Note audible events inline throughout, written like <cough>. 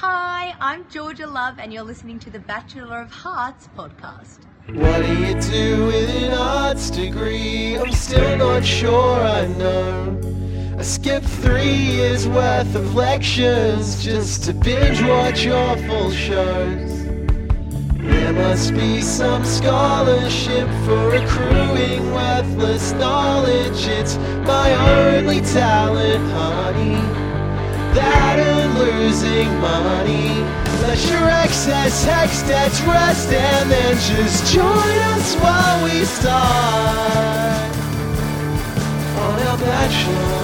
Hi, I'm Georgia Love, and you're listening to the Bachelor of Hearts podcast. What do you do with an arts degree? I'm still not sure I know. I skipped three years worth of lectures just to binge watch awful shows. There must be some scholarship for accruing worthless knowledge. It's my only talent, honey that and losing money. Let your excess hex debts rest and then just join us while we start on our bachelor.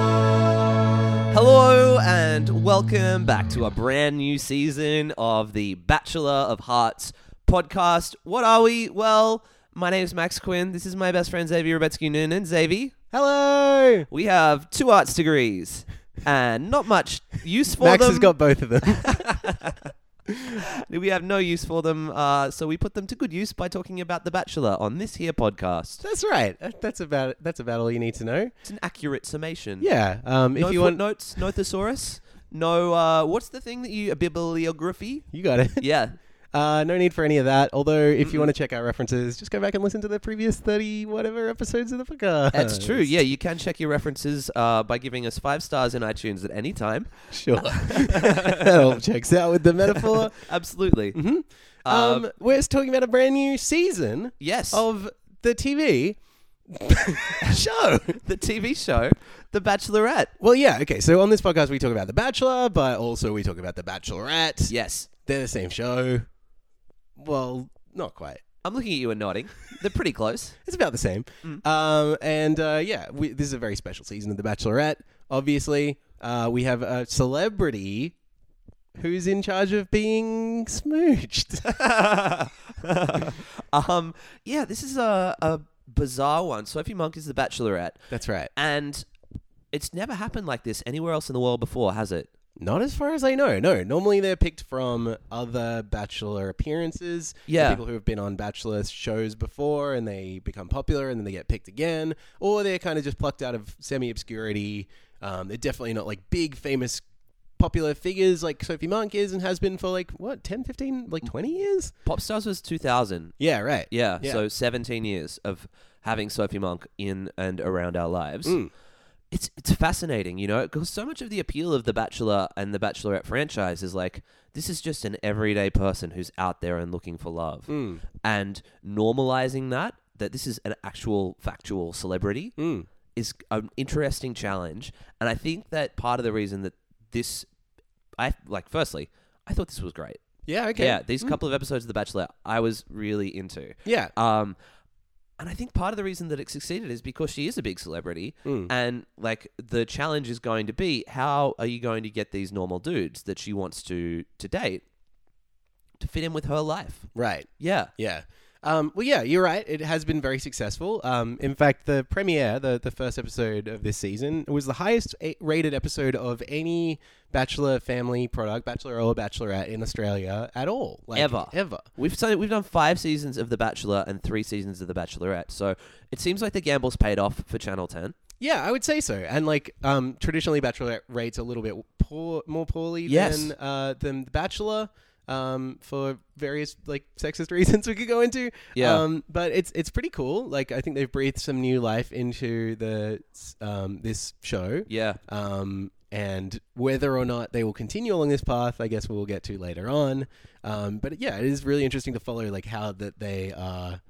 Bachelor. Hello and welcome back to a brand new season of the Bachelor of Hearts podcast. What are we? Well, my name is Max Quinn. This is my best friend Xavier Rebetsky Noonan. Xavier, Hello. we have two arts degrees and not much use for Max them. has got both of <laughs> them. we have no use for them, uh, so we put them to good use by talking about The Bachelor on this here podcast. that's right. Uh, That's about that's about all you need to know. It's an accurate summation. Yeah. Um, if no you want, footnotes, no thesaurus, no. Uh, what's the thing that you a bibliography? you got it. Yeah, <laughs> Uh, no need for any of that. Although, if you want to check out references, just go back and listen to the previous thirty whatever episodes of the Uh, podcast. that's true. Yeah, you can check your references uh, by giving us five stars in iTunes at any time. <laughs> Sure. that all checks out with the metaphor. Absolutely. Um, <laughs> Uh, we're just talking about a brand new season yes. of the TV <laughs> show. the TV show, The Bachelorette. Well, yeah. Okay. So on this podcast, we talk about The Bachelor, but also we talk about The Bachelorette. Yes. They're the same show. Well, not quite. I'm looking at you and nodding. They're pretty <laughs> close. It's about the same. Um, and uh, yeah, we, this is a very special season of The Bachelorette. Obviously, uh, we have a celebrity who's in charge of being smooched. <laughs> um, yeah, this is a, a bizarre one. Sophie Monk is The Bachelorette, That's right. and it's never happened like this anywhere else in the world before, has it? Not as far as I know. No, normally they're picked from other Bachelor appearances. the Yeah. people who have been on Bachelor shows before and they become popular and then they get picked again, or they're kind of just plucked out of semi obscurity. Um, they're definitely not like big famous popular figures like Sophie Monk is and has been for like what 10, 15, like twenty years. Pop Stars was 2000. Yeah, right. Yeah, Yeah. so 17 years of having Sophie Monk in and around our lives. Mm. It's it's fascinating, you know, because so much of the appeal of The Bachelor and The Bachelorette franchise is like this is just an everyday person who's out there and looking for love. Mm. And normalizing that that this is an actual factual celebrity Mm. is an interesting challenge, and I think that part of the reason that this I like firstly, I thought this was great. Yeah. Mm. Okay. Hmm. Yeah, these couple of episodes of The Bachelor I was really into. Yeah. Um, and I think part of the reason that it succeeded is because she is a big celebrity, Mm. and like the challenge is going to be how are you going to get these normal dudes that she wants to to date to fit in with her life? Right. Yeah, Yeah. Um, well, yeah, you're right. It has been very successful. Um, in fact, the premiere, the, the first episode of this season, was the highest a- rated episode of any Bachelor family product, Bachelor or Bachelorette in Australia at all. Like, ever, Ever. We've so we've done five seasons of The Bachelor and three seasons of The Bachelorette, so it seems like the gamble's paid off for Channel Ten. Yeah, I would say so. And like um, traditionally, Bachelorette rates a little bit poor, more poorly Yes. than uh, than The Bachelor um, for various like sexist <laughs> reasons we could go into. Yeah. Um, but it's it's pretty cool. Like I think they've breathed some new life into the um, this show. Yeah, Um, and whether or not they will continue along this path, I guess we'll get to later on. Um, but yeah, it is really interesting to follow like how that they are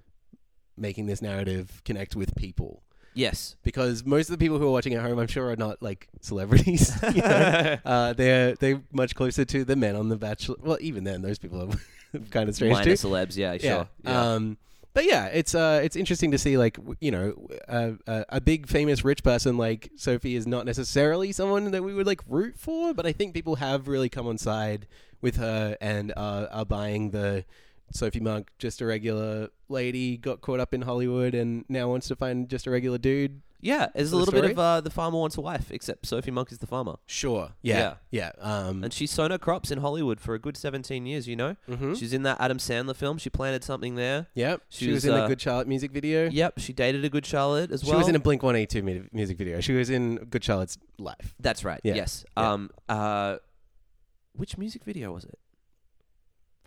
making this narrative connect with people yes, because most of the people who are watching at home, I'm sure, are not like celebrities. <laughs> you know? uh, they're they're much closer to the men on the Bachelor. Well, even then, those people are <laughs> kind of strange minor too. celebs. Yeah, sure. Yeah. Um, but yeah, it's uh, it's interesting to see like w- you know a, a, a big famous rich person like Sophie is not necessarily someone that we would like root for, but I think people have really come on side with her and uh, are buying the Sophie Monk, just a regular lady, got caught up in Hollywood and now wants to find just a regular dude. Yeah, it's a the little bit story? of uh, the farmer wants a wife, except Sophie Monk is the farmer, Sure. Yeah. Yeah. Um, and she's sown her crops in Hollywood for a good seventeen years. You know, Mhm. she's in that Adam Sandler film. She planted something there. yep. she She, was, was, in uh, the Good Charlotte music video. Yep, she dated a good Charlotte as She well. was in a Blink 182 mu- music video. She was in Good Charlotte's Life. That's right. Yeah. Yes. Yeah. Um. Uh. Which music video was it? <laughs>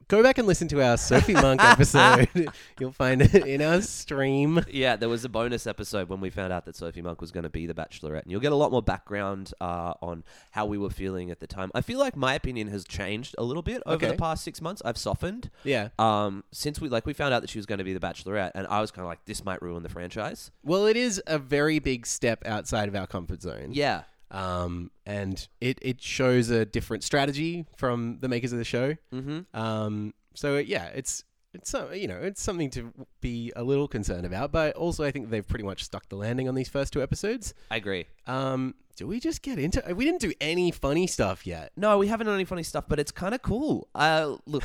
Go back and listen to our Sophie Monk episode. <laughs> You'll find it in our stream. Yeah, there was a bonus episode when we found out that Sophie Monk was going to be the Bachelorette, and you'll get a lot more background uh, on how we were feeling at the time. I feel like my opinion has changed a little bit over the Okay. past six months. I've softened. Yeah. Um, since we like we found out that she was going to be the Bachelorette, and I was kind of like, this might ruin the franchise. Well, it is a very big step outside of our comfort zone. Yeah, Um, and it, it shows a different strategy from the makers of the show. mm-hmm. Um, so yeah, it's it's so- you know it's something to be a little concerned about, but also I think they've pretty much stuck the landing on these first two episodes. I agree. Um, do we just get into? We didn't do any funny stuff yet. No, we haven't done any funny stuff, but it's kind of cool. Uh, <laughs> look,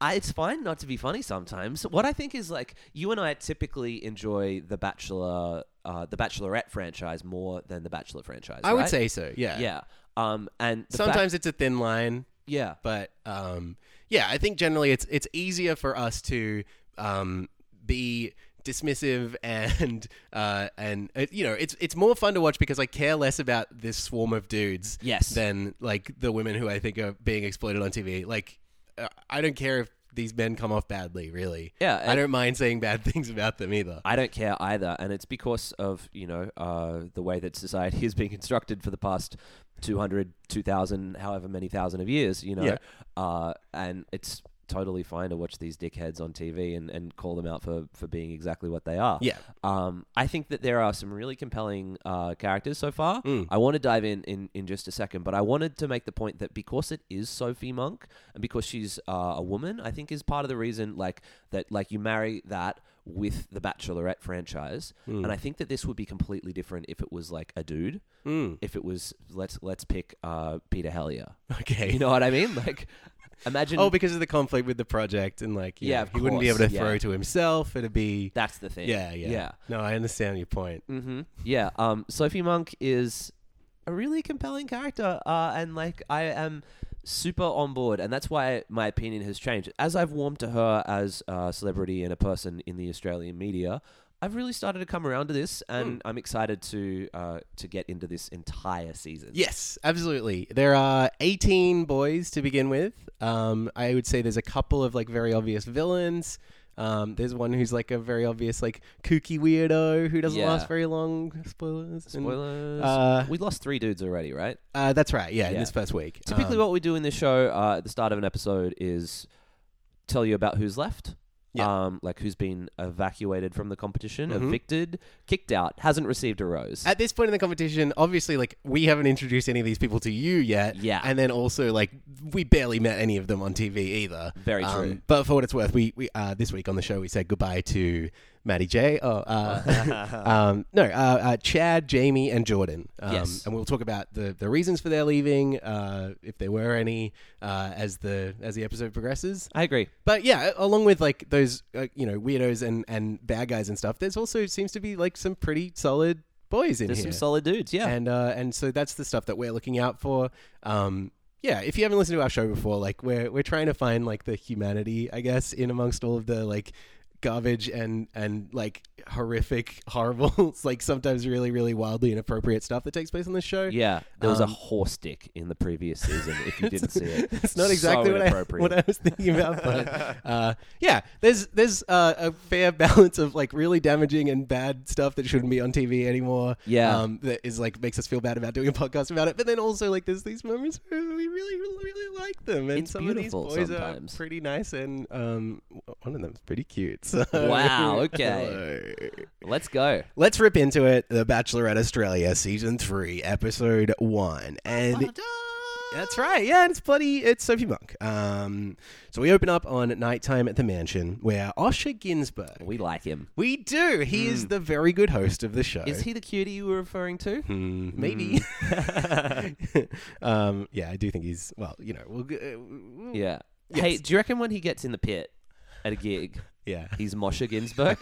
I, it's fine not to be funny sometimes. What I think is like you and I typically enjoy the Bachelor, uh, the Bachelorette franchise more than the Bachelor franchise. I would right? say so. Yeah. yeah. Um, and the fact- Sometimes it's a thin line, yeah, but um, yeah, I think generally it's it's easier for us to um, be dismissive <laughs> and uh, and uh, you know it's it's more fun to watch because I care less about this swarm of dudes Yes. than like the women who I think are being exploited on TV. Like uh, I don't care if these men come off badly, really. Yeah, I don't mind saying bad <laughs> things about them either. I don't care either, and it's because of you know uh, the way that society <laughs> has been constructed for the past 200, 2,000, however many thousand of years, you know, Yeah. uh, and it's totally fine to watch these dickheads on TV and, and call them out for, for being exactly what they are. Yeah. Um, I think that there are some really compelling uh, characters so far. Mm. I want to dive in, in in just a second, but I wanted to make the point that because it is Sophie Monk and because she's uh, a woman, I think is part of the reason like that like you marry that with the Bachelorette franchise, Mm. and I think that this would be completely different if it was like a dude. Mm. If it was let's let's pick uh, Peter Hellier, <laughs> Okay. you know what I mean? Like imagine Oh, because of the conflict with the project and like you Yeah, know, of he wouldn't be course, able to yeah. throw to himself. It'd be that's the thing. yeah, yeah, yeah. No, I understand your point. Mm-hmm. Yeah. Um, Sophie Monk is a really compelling character, uh, and like I am super on board, and that's why my opinion has changed as I've warmed to her as a celebrity and a person in the Australian media. I've really started to come around to this, and Hmm. I'm excited to uh, to get into this entire season. Yes, absolutely. There are 18 boys to begin with. Um, I would say there's a couple of like very obvious villains. Um, there's one who's like a very obvious like kooky weirdo who doesn't Yeah. last very long. Spoilers. And, Spoilers. Uh, we lost three dudes already, right? uh, that's right. Yeah, Yeah. in this first week. Typically, Um, what we do in this show uh, at the start of an episode is tell you about who's left. Yeah. Um, like who's been evacuated from the competition, Mhm. evicted, kicked out, hasn't received a rose. at this point in the competition, obviously, like we haven't introduced any of these people to you yet. Yeah. and then also like we barely met any of them on TV either. Um, Very true. But for what it's worth, we we uh, this week on the show we said goodbye to Maddie J. Oh, <laughs> uh, um, no, uh, uh, Chad, Jamie, and Jordan. Um, Yes. and we'll talk about the the reasons for their leaving, uh, if there were any, uh, as the as the episode progresses. I agree. But yeah, along with like those uh, you know weirdos and and bad guys and stuff, there's also seems to be like some pretty solid boys in There's here. some solid dudes. Yeah. and uh, and so that's the stuff that we're looking out for. Um, yeah, if you haven't listened to our show before, like we're we're trying to find like the humanity, I guess, in amongst all of the like garbage and and like horrific, <laughs> horrible, like sometimes really really wildly inappropriate stuff that takes place on this show. yeah. There was a um, horse dick in the previous season. If you didn't see <laughs> it, It's not So exactly what, I, inappropriate. what I was thinking about, but <laughs> uh, yeah, there's there's uh, a fair balance of like really damaging and bad stuff that shouldn't be on TV anymore. Yeah. um, that is like makes us feel bad about doing a podcast about it. But then also like there's these moments where we really really, really like them, and It's some beautiful of these boys sometimes. are pretty nice, and um, one of them's pretty cute. <laughs> So. Wow, okay. Let's go. Let's rip into it. The Bachelorette Australia season three, episode one, and that's right. Yeah, and it's bloody. It's Sophie Monk. Um, so we open up on nighttime at the mansion where Osher Ginsburg. We, We like him. do. He is the very good host of the show. Is he the cutie you were referring to? Hmm, maybe. Hmm. <laughs> <laughs> um, yeah, I do think he's. Well, you know, we'll, g- uh, Yeah. Hey, do you reckon when he gets in the pit at a gig. Yeah. <laughs> He's Moshe Ginsburg.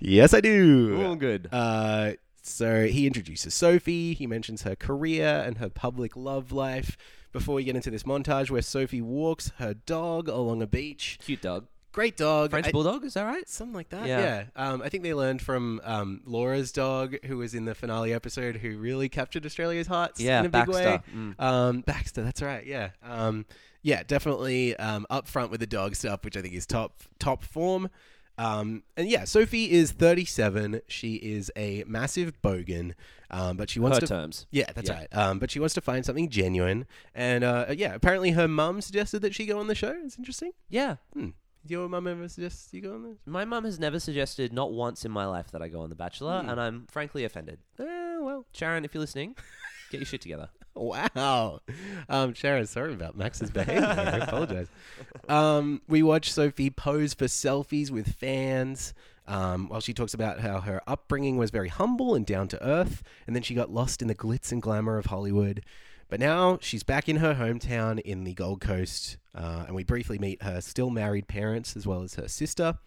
yes, I do. All good. Uh, so he introduces Sophie. He mentions her career and her public love life. Before we get into this montage, where Sophie walks her dog along a beach. Cute dog. Great dog, French I- bulldog, is that right? something like that. Yeah. Yeah. Um, I think they learned from um, Laura's dog, who was in the finale episode, who really captured Australia's hearts Yeah, in a Baxter, big way. mm. Um, Baxter, that's right. Yeah. Um, yeah, definitely um, up front with the dog stuff, which I think is top top form. Um, and yeah, Sophie is 37. She is a massive bogan, um, but she wants Her to. terms. Yeah, that's Yeah. right. Um, but she wants to find something genuine, and uh, yeah, apparently her mum suggested that she go on the show. It's interesting. Yeah. Hmm. Did your mum ever suggest you go on the My mum has never suggested, not once in my life, that I go on The Bachelor, Hmm. and I'm frankly offended. Uh, Oh, well, Sharon, if you're listening, get your shit <laughs> together. wow. Um, Sharon, sorry about Max's behavior. I apologize. Um, we watch Sophie pose for selfies with fans um, while she talks about how her upbringing was very humble and down to earth, and then she got lost in the glitz and glamour of Hollywood. But now she's back in her hometown in the Gold Coast, uh, and we briefly meet her still married parents as well as her sister.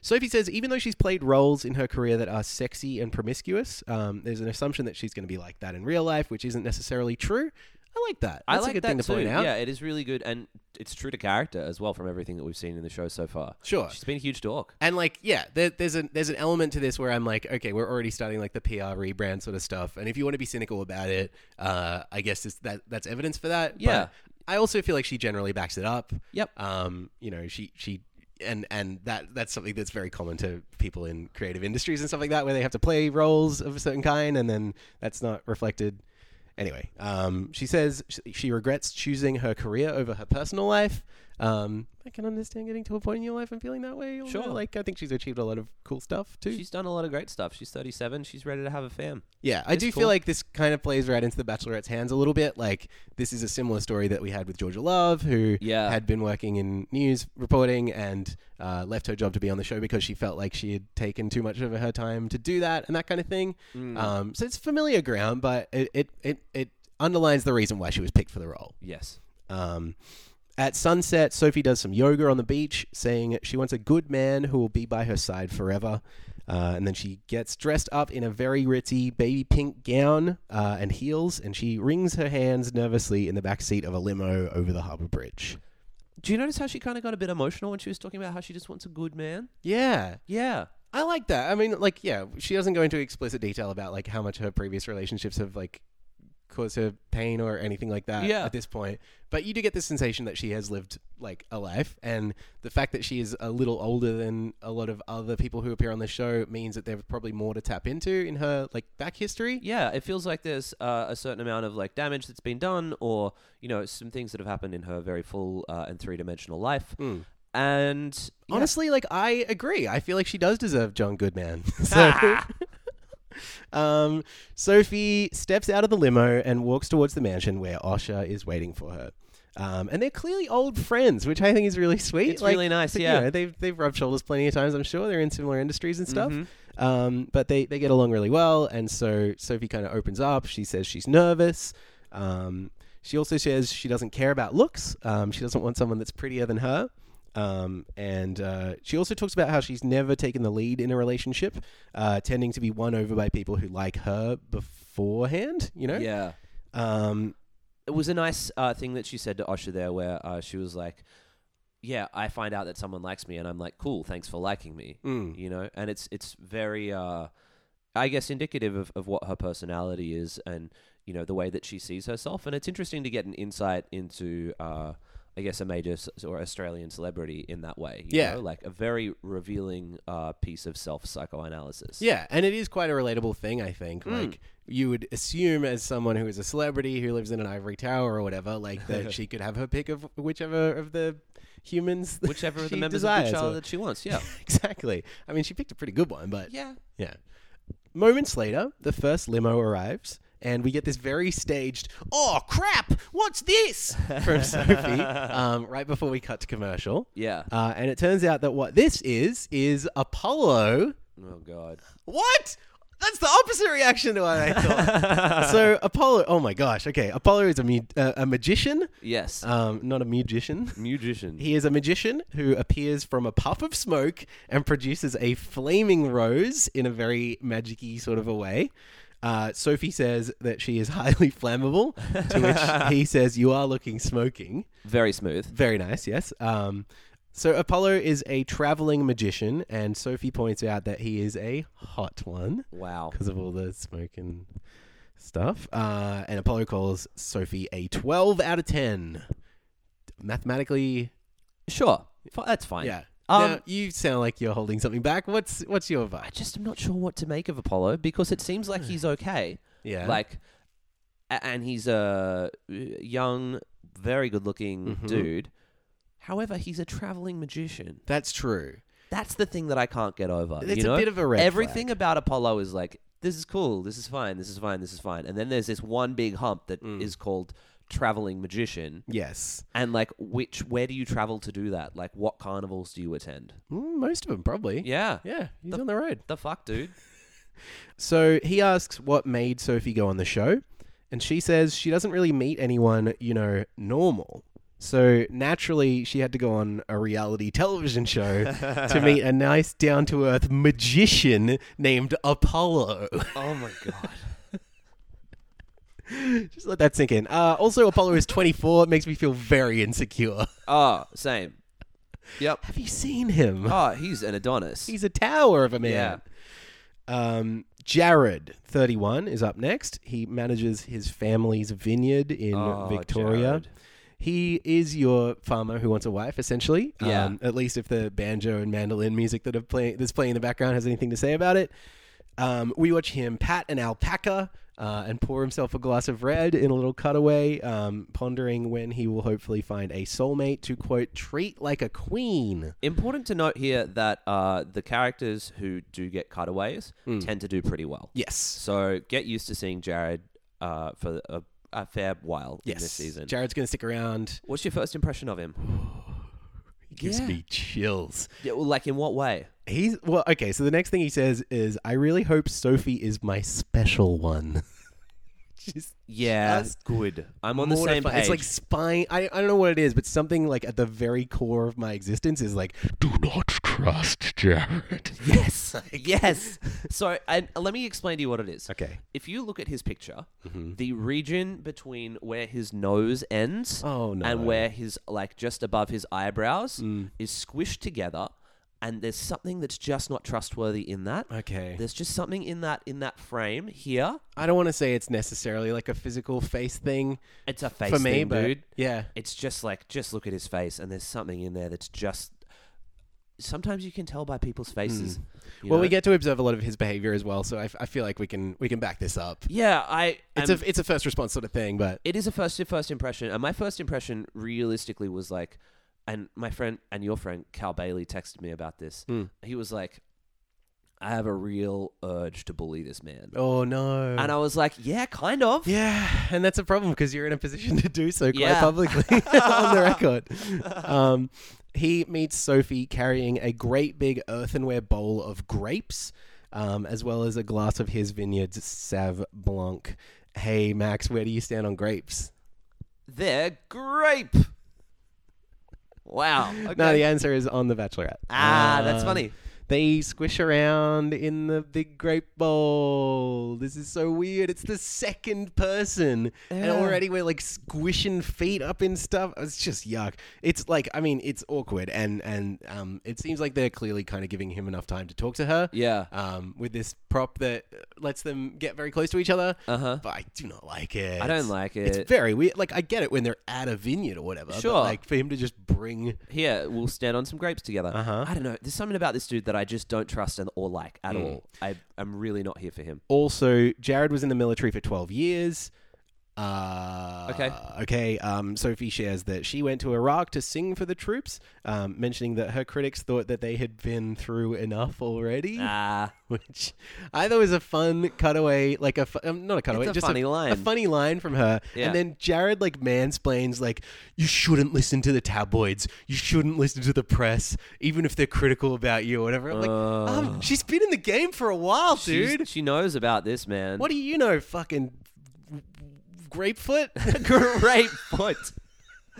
Sophie says even though she's played roles in her career that are sexy and promiscuous, um, there's an assumption that she's going to be like that in real life, which isn't necessarily true. I like that. That's I like a good that thing to too. point out. Yeah, it is really good, and it's true to character as well from everything that we've seen in the show so far. Sure. she's been a huge dork. And like, yeah, there, there's an there's an element to this where I'm like, okay, we're already starting like the PR rebrand sort of stuff. And if you want to be cynical about it, uh, I guess it's, that that's evidence for that. Yeah. But I also feel like she generally backs it up. Yep. Um, you know, she she and and that that's something that's very common to people in creative industries and stuff like that, where they have to play roles of a certain kind, and then that's not reflected. Anyway, um, she says sh- she regrets choosing her career over her personal life. Um, I can understand getting to a point in your life and feeling that way. although, Sure. like I think she's achieved a lot of cool stuff too. She's done a lot of great stuff. She's 37. She's ready to have a fam. Yeah, I It's do cool. feel like this kind of plays right into the Bachelorette's hands a little bit. Like this is a similar story that we had with Georgia Love, who Yeah. had been working in news reporting and uh, left her job to be on the show because she felt like she had taken too much of her time to do that and that kind of thing. Mm. Um, so it's familiar ground, but it it, it it underlines the reason why she was picked for the role. Yes. Um, at sunset, Sophie does some yoga on the beach, saying she wants a good man who will be by her side forever. Uh, and then she gets dressed up in a very ritzy baby pink gown uh, and heels, and she wrings her hands nervously in the back seat of a limo over the harbour bridge. Do you notice how she kind of got a bit emotional when she was talking about how she just wants a good man? Yeah, Yeah. I like that. I mean, like, yeah, she doesn't go into explicit detail about like how much her previous relationships have like caused her pain or anything like that Yeah. at this point. But you do get the sensation that she has lived like a life, and the fact that she is a little older than a lot of other people who appear on the show means that there's probably more to tap into in her like back history. Yeah, it feels like there's uh, a certain amount of like damage that's been done, or you know, some things that have happened in her very full uh, and three dimensional life. And yeah, Mm. Honestly, like I agree. I feel like she does deserve John Goodman. <laughs> <laughs> so, um, Sophie steps out of the limo and walks towards the mansion where Osha is waiting for her. Um, and they're clearly old friends, which I think is really sweet. It's really nice, you yeah. know, they've they've rubbed shoulders plenty of times. I'm sure they're in similar industries and stuff. Mm-hmm. Um, but they they get along really well. And so Sophie kind of opens up. She says she's nervous. Um, she also says she doesn't care about looks. Um, she doesn't want someone that's prettier than her. Um, and uh, she also talks about how she's never taken the lead in a relationship, uh, tending to be won over by people who like her beforehand. You know. yeah, Um, it was a nice uh, thing that she said to Osha there, where uh, she was like, "Yeah, I find out that someone likes me, and I'm like, cool, thanks for liking me." Mm. You know, and it's it's very, uh, I guess, indicative of, of what her personality is, and you know the way that she sees herself. And it's interesting to get an insight into, uh, I guess, a major s- or Australian celebrity in that way. you Yeah. know? like a very revealing uh, piece of self psychoanalysis. Yeah, and it is quite a relatable thing, I think. Mm. Like you would assume as someone who is a celebrity who lives in an ivory tower or whatever, like <laughs> that she could have her pick of whichever of the humans that Whichever of the <laughs> she members desires, of the or- child that she wants, <laughs> yeah, exactly. I mean, she picked a pretty good one, but yeah, yeah. Moments later, the first limo arrives, and we get this very staged, oh crap, what's this? <laughs> from Sophie, um, right before we cut to commercial. yeah. Uh, and it turns out that what this is, is Apollo. oh God, What? That's the opposite reaction to what I thought. <laughs> so Apollo, oh my gosh, okay, Apollo is a mu- uh, a magician, Yes. um, not a musician. Musician. He is a magician who appears from a puff of smoke and produces a flaming rose in a very magic-y sort of a way. Uh, Sophie says that she is <laughs> highly flammable, to which he says, "You are looking smoking." Very smooth. Very nice, yes. Um, so Apollo is a traveling magician, and Sophie points out that he is a hot one Wow. because of all the smoking stuff. Uh, and Apollo calls Sophie a 12 out of 10. Mathematically, Sure. F- that's fine. yeah. Um, now, you sound like you're holding something back. What's what's your I vibe? just am not sure what to make of Apollo because it seems like he's okay. Yeah. Like, a- and he's a uh, young, very good looking Mhm. dude. However, he's a traveling magician. That's true. That's the thing that I can't get over. It's you a know? bit of a red Everything about Apollo is like, this is cool, this is fine, this is fine, this is fine. And then there's this one big hump that is Mm. called traveling magician. Yes. And like, which, where do you travel to do that? Like, what carnivals do you attend? Mm, most of them, probably. Yeah. Yeah. He's on the road. The fuck, dude? So he asks what made Sophie go on the show, and she says she doesn't really meet anyone, you know, normal. So naturally, she had to go on a reality <laughs> television show to meet a nice, down to earth magician named Apollo. <laughs> Oh my God. <laughs> Just let that sink in. Uh, also, Apollo is 24. It makes me feel very insecure. Oh, same. Yep. Have you seen him? Oh, he's an Adonis. He's a tower of a man. Um, Jared, 31, is up next. He manages his family's vineyard in Oh, Victoria. Jared. He is your farmer who wants a wife, essentially. Um, Yeah. at least if the banjo and mandolin music that are play- that's playing in the background has anything to say about it. Um, we watch him pat an alpaca uh, and pour himself a glass of red in a little cutaway, um, pondering when he will hopefully find a soulmate to, quote, treat like a queen. Important to note here that uh, the characters who do get cutaways tend to do pretty well. Yes. So get used to seeing Jared uh, for a, a fair while in Yes. this season. Jared's going to stick around. What's your first impression of him? He gives Yeah. me chills. Yeah, well, like, in what way? He's well, okay. So the next thing he says is, "I really hope Sophie is my special one." <laughs> Just Yeah, Just good. I'm on the same mortified. page. It's like spying. I, I don't know what it is, but something like at the very core of my existence is like, "Do not <laughs> trust Jared." <laughs> yes, yes. So, and let me explain to you what it is. Okay. If you look at his picture, Mm-hmm. the region between where his nose ends Oh, no. Mm. and where his like just above his eyebrows is squished together, and there's something that's just not trustworthy in that. Okay. There's just something in that in that frame here. I don't want to say it's necessarily like a physical face thing It's a face for me, thing, but dude. yeah, It's just like just look at his face, and there's something in there that's just. Sometimes you can tell by people's faces. you Mm. well, know? we get to observe a lot of his behavior as well, so I, f- I feel like we can we can back this up. Yeah, I. It's am- a it's a first response sort of thing, but it is a first first impression, and my first impression realistically was like, and my friend and your friend Cal Bailey texted me about this. He was like, "I have a real urge to bully this man," oh no, and I was like, "Yeah, kind of." Yeah, and that's a problem because you're in a position <laughs> to do so quite Yeah. publicly <laughs> on the record. <laughs> Um, he meets Sophie carrying a great big earthenware bowl of grapes, um, as well as a glass of his vineyard's Sav Blanc. Hey, Max, where do you stand on grapes? They're grape. <laughs> Wow. Okay. No, the answer is on The Bachelorette. ah, that's Um, funny. They squish around in the big grape bowl. This is so weird. It's the second person, and Yeah. already we're like squishing feet up in stuff. It's just yuck. It's like I mean, it's awkward, and and um, it seems like they're clearly kind of giving him enough time to talk to her. Yeah. Um, with this prop that lets them get very close to each other. Uh huh. But I do not like it. I don't like it. It's very weird. Like I get it when they're at a vineyard or whatever. but, Sure. like for him to just bring Here, we'll stand on some grapes together. Uh-huh. Hmm. I don't know. There's something about this dude that I just don't trust and or like at <laughs> all. I, I'm really not here for him. also Jared was in the military for 12 years. Uh, Okay. Okay. Um, Sophie shares that she went to Iraq to sing for the troops, um, mentioning that her critics thought that they had been through enough already, Ah, <laughs> which I thought was a fun cutaway, like a fu- um, not a cutaway, a just funny a, line. a funny line from her. Yeah. And then Jared like mansplains like, "You shouldn't listen to the tabloids. You shouldn't listen to the press, even if they're critical about you or whatever." I'm like, um, she's been in the game for a while, dude. dude, she knows about this man. What do you know, fucking grapefruit? <laughs> great foot.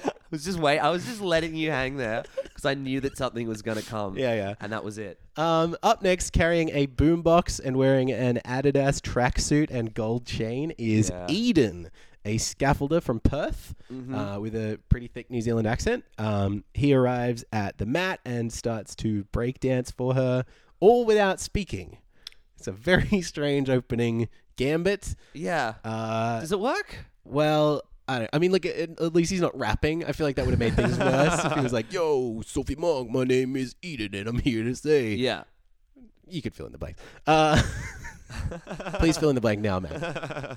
I was just wait. I was just letting you hang there because I knew that something was gonna come. Yeah, yeah. And that was it. <laughs> um, up next, carrying a boombox and wearing an Adidas tracksuit and gold chain is Yeah. Eden, a scaffolder from Perth uh, with a pretty thick New Zealand accent. Um, he arrives at the mat and starts to breakdance for her, all without speaking. It's a very <laughs> strange opening gambit. Yeah. Uh, Does it work? Well, I don't. I mean, like at, at least he's not rapping. I feel like that would have made things worse if he was like, "Yo, Sophie Monk, my name is Eden, and I'm here to say." <laughs> Yeah. you could fill in the blank. Uh, <laughs> please fill in the blank now, man.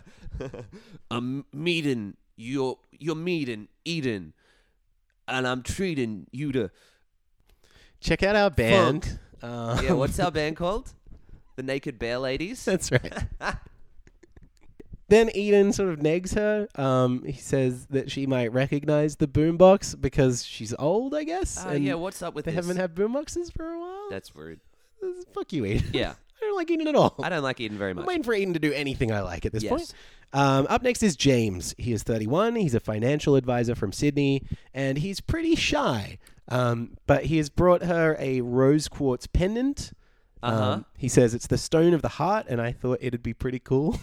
I'm meeting you're you're meeting Eden, and I'm treating you to Check out our band. Uh, yeah. What's our band called? The Naked Bear Ladies. <laughs> That's right. then Eden sort of negs her. Um, he says that she might recognize the boombox because she's old, I guess. Uh, yeah. What's up with they this? haven't had boomboxes for a while. That's rude. Fuck you, Eden. Yeah. <laughs> I don't like Eden at all. I don't like Eden very much. I'm waiting for Aiden to do anything I like at this Yes. point. Um, up next is James. He is 31. He's a financial advisor from Sydney, and he's pretty shy. Um, but he has brought her a rose quartz pendant. Uh-huh. Um, he says it's the stone of the heart, and I thought it'd be pretty cool.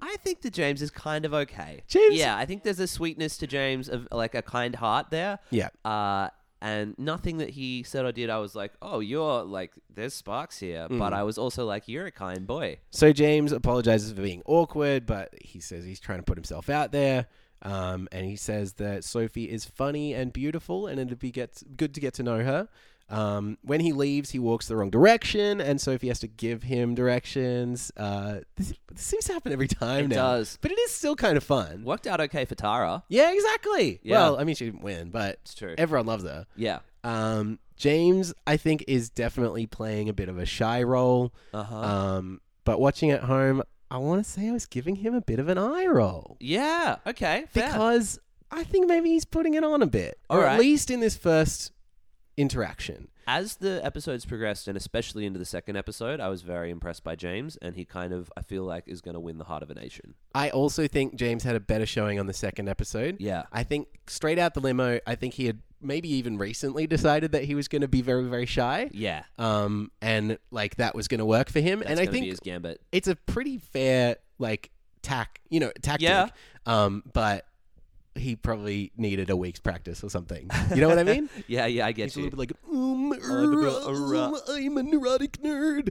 I think that James is kind of okay. James- yeah, I think there's a sweetness to James of like a kind heart there. Yeah. uh, and nothing that he said or did, I was like, oh, you're like, there's sparks here, Mm. but I was also like, you're a kind boy. so James apologizes for being awkward, but he says he's trying to put himself out there. Um, and he says that Sophie is funny and beautiful, and it'd be get, good to get to know her. Um, when he leaves, he walks the wrong direction, and Sophie has to give him directions. Uh, this, this seems to happen every <laughs> time It now. does. But it is still kind of fun. Worked out okay for Tara. Yeah, exactly. Yeah. Well, I mean, she didn't win, but It's true. everyone loves her. yeah. Um, James, I think, is definitely playing a bit of a shy role. Uh-huh. Um, but watching at home, I want to say I was giving him a bit of an eye roll Yeah. Okay. Fair. because I think maybe he's putting it on a bit, All or at right. least in this first interaction. As the episodes progressed, and especially into the second episode, I was very impressed by James, and he kind of, I feel like, is going to win the heart of a nation. I also think James had a better showing on the second episode. Yeah. I think straight out the limo, I think he had maybe even recently decided that he was going to be very, very shy. Yeah. Um, and like that was going to work for him. That's and I gonna think be his gambit. it's a pretty fair like tack, you know, tactic. Yeah. Um, but he probably needed a week's practice or something. You know what <laughs> I mean? Yeah. Yeah. I get He's a you. little bit like, um, little uh, bit, uh, um, I'm a neurotic nerd.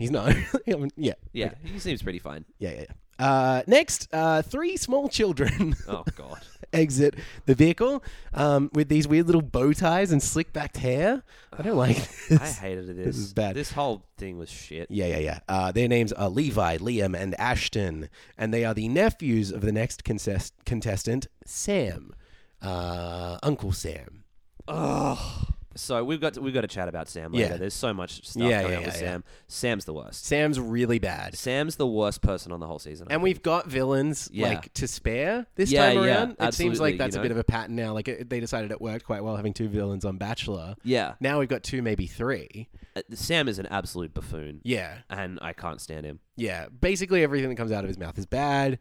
He's not. <laughs> I mean, yeah. Mm. yeah. He seems pretty fine. Yeah. Yeah. yeah. Uh, next, uh, three small children <laughs> Oh God. exit the vehicle um, with these weird little bow ties and slick backed hair. I don't like this. I hated this. this is bad. This whole thing was shit. Yeah, yeah, yeah. Uh, their names are Levi, Liam, and Ashton, and they are the nephews of the next contest- contestant, Sam, uh, Uncle Sam. So we've got to, we've got to chat about Sam later. Yeah. There's so much stuff Yeah, going yeah, on with yeah, Sam. Sam's the worst. Sam's really bad, Sam's the worst person on the whole season. I and we've got villains Yeah. like to spare this Yeah, yeah, time around. it seems absolutely, like that's you a know. bit of a pattern now. Like it, they decided it worked quite well having two villains on Bachelor. Yeah. Now we've got two, maybe three. think. Uh, Sam is an absolute buffoon, Yeah, and I can't stand him. yeah. Basically, everything that comes out of his mouth is bad.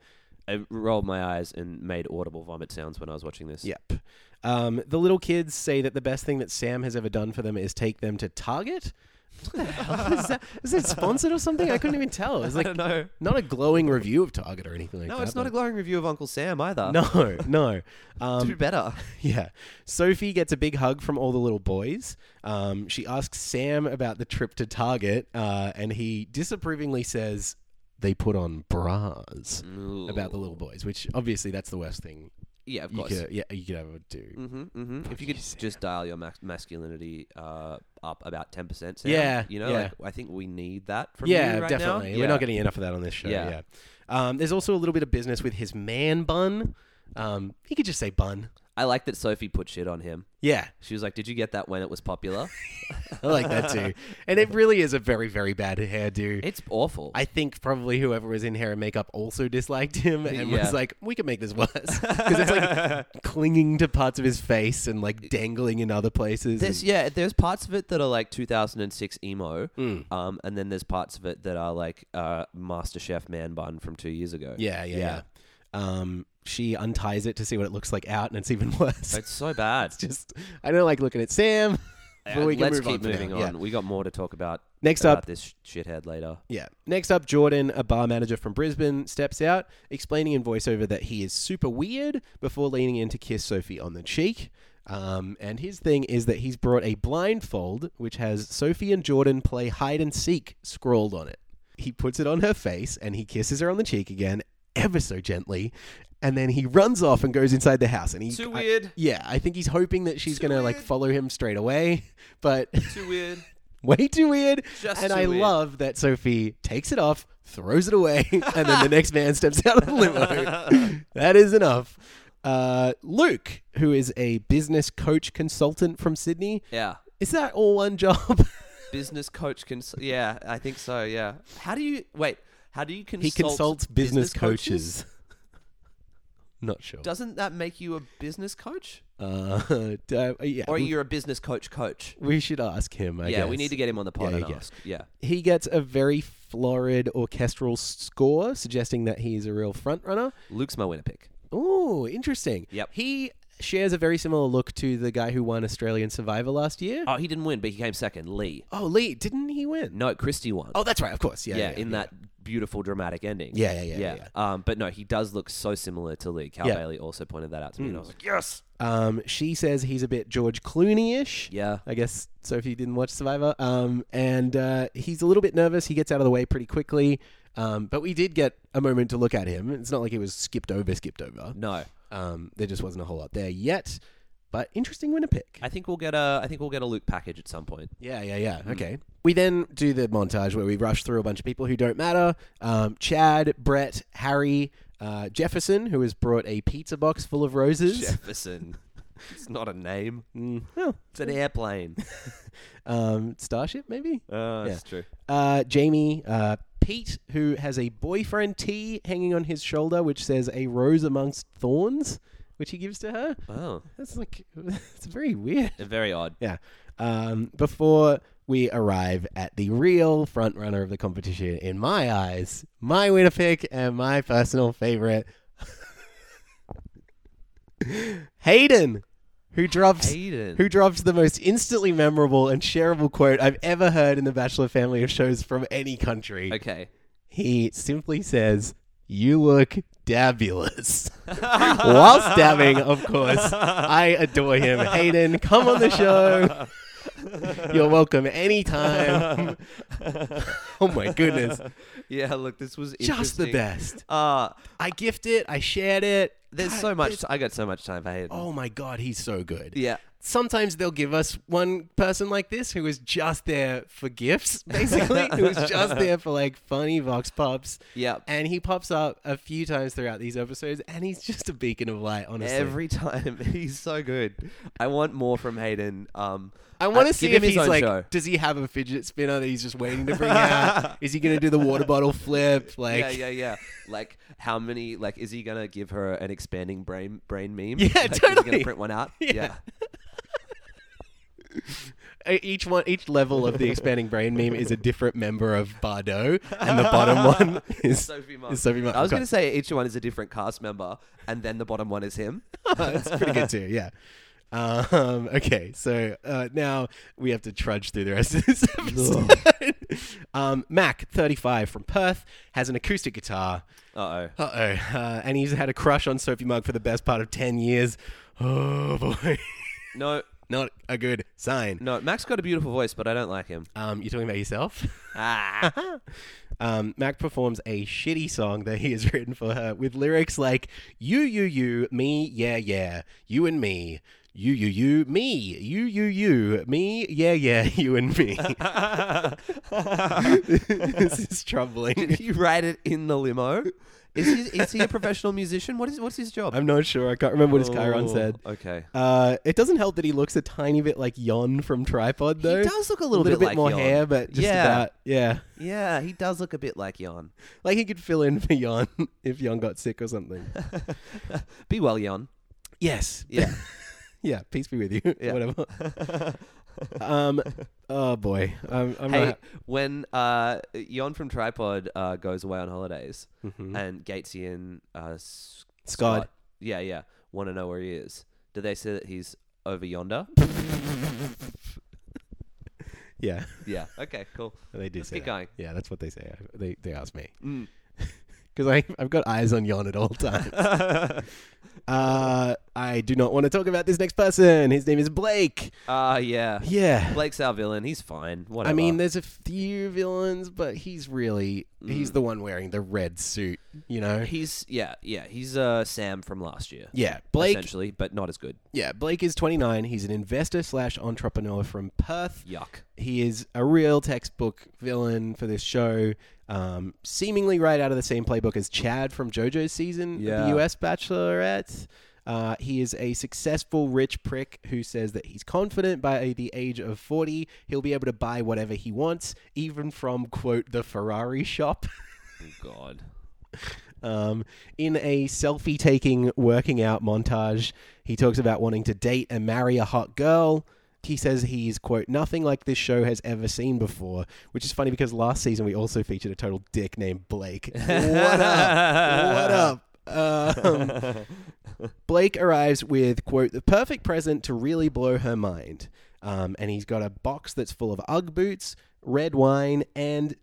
I rolled my eyes and made audible vomit sounds when I was watching <laughs> this. Yep. Um, the little kids say that the best thing that Sam has ever done for them is take them to Target. What the hell is that? Is it sponsored or something? I couldn't even tell. It's <laughs> like I don't know. not a glowing review of Target or anything like that. No, it's not a uh, glowing review of Uncle Sam either. a <laughs> no, no. Um, do better. <laughs> yeah. Sophie gets a big hug from all the little boys. Um, she asks Sam about the trip to Target, uh, and he disapprovingly says they put on bras about the little boys, which obviously that's the worst thing Yeah, Mm. of you course. could, yeah, you could ever do. hmm hmm If you could just dial your mas- masculinity uh, up about ten percent, Sam. Yeah, you know, yeah. like I think we need that from yeah, you right now. definitely. We're Yeah. not getting enough of that on this show. Yeah. Yeah. Um, there's also a little bit of business with his man bun. Um, he could just say bun. I like that Sophie put shit on him. Yeah, She was like, "Did you get that when it was <laughs> popular?" I like that <laughs> too. and it really is a very, very bad hairdo. it's awful. I think probably whoever was in hair and makeup also disliked him and Yeah. was like, we could make <laughs> this worse. Because it's like clinging to parts of his face and like dangling in other places. There's and- yeah, there's parts of it that are like 2006 emo, um, and then there's parts of it that are like uh, MasterChef man bun from two years ago. yeah, yeah, yeah. Um, she unties it to see what it looks like out, and it's even <laughs> worse. it's so bad. <laughs> Just, I don't like looking at Sam. <laughs> But we can Let's move keep on to moving now. on. Yeah. We got more to talk about. Next about up- this sh- shithead later. Yeah. Next up, Jordan, a bar manager from Brisbane, steps out, explaining in voiceover that he is super weird before leaning in to kiss Sophie on the cheek. Um, and his thing is that he's brought a blindfold which has Sophie and Jordan play hide and seek scrawled on it. He puts it on her face and he kisses her on the cheek again, ever so gently. And then he runs off and goes inside the house. And he, Too I- weird. yeah, I think he's hoping that she's gonna like follow him straight away, <laughs> but Too weird. way too weird. Just and too I weird. love that Sophie takes it off, throws it away, <laughs> and <laughs> then the next man steps out of the limo. that is enough. Uh, Luke, who is a business coach consultant from Sydney, Yeah. is that all one job? <laughs> Business coach cons. Yeah, I think so. Yeah. How do you wait? How do you consult? he consults business, coaches. <laughs> coaches? Not sure. Doesn't that make you a business coach, Uh, <laughs> d- yeah, or we- you're a business coach coach? we should ask him. I yeah, we guess. need to get him on the pod Yeah, and you guess. ask. Yeah. He gets a very florid orchestral score, suggesting that he is a real front runner. Luke's my winner pick. Oh, interesting. Yep. He shares a very similar look to the guy who won Australian Survivor last year. Oh, he didn't win, but he came second. Lee. oh, Lee, didn't he win? No, Christie won. Oh, that's right. Of course. Yeah. yeah, in that beautiful dramatic ending. Yeah, yeah, yeah, yeah, Um, but no, he does look so similar to Lee. Cal Yeah. Mm. Bailey also pointed that out to me, and I was like, yeah, Um, she says he's a bit George Clooney-ish. Yeah. I guess Sophie didn't watch Survivor. Um, and uh, he's a little bit nervous. He gets out of the way pretty quickly. Um, but we did get a moment to look at him. It's not like he was skipped over, skipped over. no. Um, there just wasn't a whole lot there yet. But interesting winner pick. I think we'll get a. I think we'll get a Luke package at some <laughs> point. Yeah, yeah, yeah. Okay. We then do the montage where we rush through a bunch of people who don't matter. Um, Chad, Brett, Harry, uh, Jefferson, who has brought a pizza box full of roses. Jefferson. it's not a name. Oh, It's an <laughs> airplane. um, Starship, maybe? Uh, Yeah. That's true. Uh, Jamie, uh, Pete, who has a boyfriend tee hanging on his shoulder, which says a rose amongst thorns, which he gives to her. Oh, That's like, <laughs> it's very weird. very odd. Yeah. Um, before we arrive at the real front runner of the competition, in my eyes, my winner pick and my personal favorite, <laughs> Hayden, who drops Hayden. who drops the most instantly memorable and shareable quote I've ever heard in the Bachelor family of shows from any country. Okay. He simply says, "You look <laughs> dabulous." While stabbing, of course. I adore him. Hayden, come on the show. You're welcome <laughs> anytime. oh my goodness. Yeah. Look, this was Just the interesting. best. Uh, I gift it, I shared it. there's God, so much. it's- I got so much time for Hayden. Oh my god, he's so good. Yeah. Sometimes they'll give us one person like this who is just there for gifts, <laughs> basically, who is just there for like funny vox pops. Yeah. And he pops up a few times throughout these episodes, and he's just a beacon of light, honestly. Every <laughs> time he's so good. I want more from Hayden. Um, I want uh, to see give him if his he's own like, show. does he have a fidget spinner that he's just waiting to bring <laughs> out? Is he going to do the water bottle flip? Like, yeah, yeah, yeah. Like how many? Like, is he gonna give her an expanding brain brain meme? Yeah, like, Is he totally. gonna print one out? <laughs> Yeah. Uh, Each one, each level of the expanding brain meme is a different member of Bardo, and the bottom one <laughs> is Sophie Mark. Is Sophie Mark. I was Okay. gonna say each one is a different cast member, and then the bottom one is him. it's pretty good too. Yeah. Um, okay, so uh, now we have to trudge through the rest of this episode. <laughs> um, Mac, 35 from Perth, has an acoustic guitar. Uh oh. Uh oh. Uh, and he's had a crush on Sophie Mugg for the best part of 10 years. Oh boy. <laughs> No, Not a good sign. no. Max got a beautiful voice, but I don't like <laughs> him. Um, you're talking about yourself? Ah. <laughs> Um, Mac performs a shitty song that he <laughs> has written for her with lyrics like "You, you, you, me, yeah, yeah, you and me, you, you, you, me, you, you, you, me, yeah, yeah, <laughs> you and <laughs> me. this is troubling. <laughs> Did he write it in the limo? Is he, is he a professional musician? What is what's his job? I'm not sure. I can't remember what his Chiron Oh, said. Okay. Uh, it doesn't help that he looks a tiny bit like Yon from Tripod, though. He does look a little, bit, like more Yon. hair, but just yeah, about yeah. yeah, he does look a bit like Yon. Like he could fill in for Yon <laughs> if Yon got sick <laughs> or something. Be well, Yon. yes. Yeah, <laughs> Yeah. Peace be with you. <laughs> Yeah. Whatever. um. Oh boy. I'm. I'm <laughs> hey, not- when uh, Yon from Tripod uh, goes away on holidays, and Gatesy and uh, S- Scott. yeah, yeah, want to know where he is. Do they say that he's over <laughs> yonder? Yeah. yeah. Okay. Cool. <laughs> They do Let's say keep that. going. Yeah, that's what they say. I- They they ask me <laughs> Mm. because I I've got eyes on Yon at <laughs> all times. uh, I do not want to talk about this next person. His name is Blake. Ah, yeah. Yeah. Blake's our villain. He's fine. Whatever. I mean, there's a few villains, but he's really he's the one wearing the red suit. You know. he's yeah, yeah. He's uh, Sam from last year. Yeah, Blake. essentially, but not as good. Yeah, Blake is 29. He's an investor slash entrepreneur from Perth. Yuck. He is a real textbook villain for this show, um, seemingly right out of the same playbook as Chad from JoJo's season, of Yeah. the US Bachelorette. Uh, he is a successful rich prick who says that he's confident by the age of 40, he'll be able to buy whatever he wants, even from, quote, the Ferrari shop. <laughs> Oh, God. Um, in a selfie taking, working out montage, he talks about wanting to date and marry a hot girl. He says he's, quote, nothing like this show has ever seen before, which is funny because last season we also featured a total dick named Blake. What up? What up? Um, Blake arrives with, quote, the perfect present to really blow her mind. Um, and he's got a box that's full of Ugg boots, red wine, and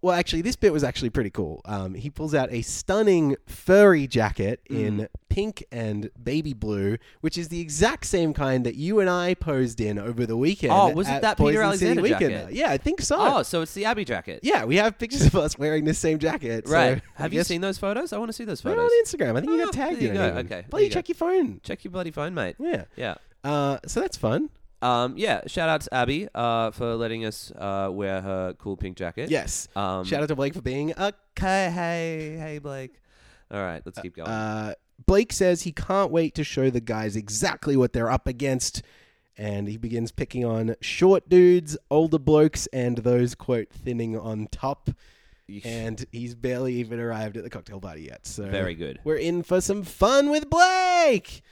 well, actually, this bit was actually pretty cool. Um, he pulls out a stunning furry jacket Mm. in pink and baby blue, which is the exact same kind that you and I posed in over the weekend. Oh, was it at that Peter Poison City Alexander Weekender. jacket? Yeah, I think so. Oh, so it's the Abbey jacket. Yeah, we have pictures of us wearing this same jacket. so Right. I Have you guess- seen those photos? I want to see those They're photos. on Instagram? I think you Oh, got tagged there you in it go. even. Okay, there Bloody you go. check your phone. Check your bloody phone, mate. Yeah. Yeah. Uh, so that's fun. Um, yeah. Shout out to Abby uh, for letting us uh, wear her cool pink jacket. Yes. Um, Shout out to Blake for being a Hey, hey, hey, Blake. All right, let's keep going. Uh, Blake says he can't wait to show the guys exactly what they're up against. And he begins picking on short dudes, older blokes, and those, quote, thinning on top. Yeesh. And he's barely even arrived at the cocktail party yet. So Very good. We're in for some fun with Blake.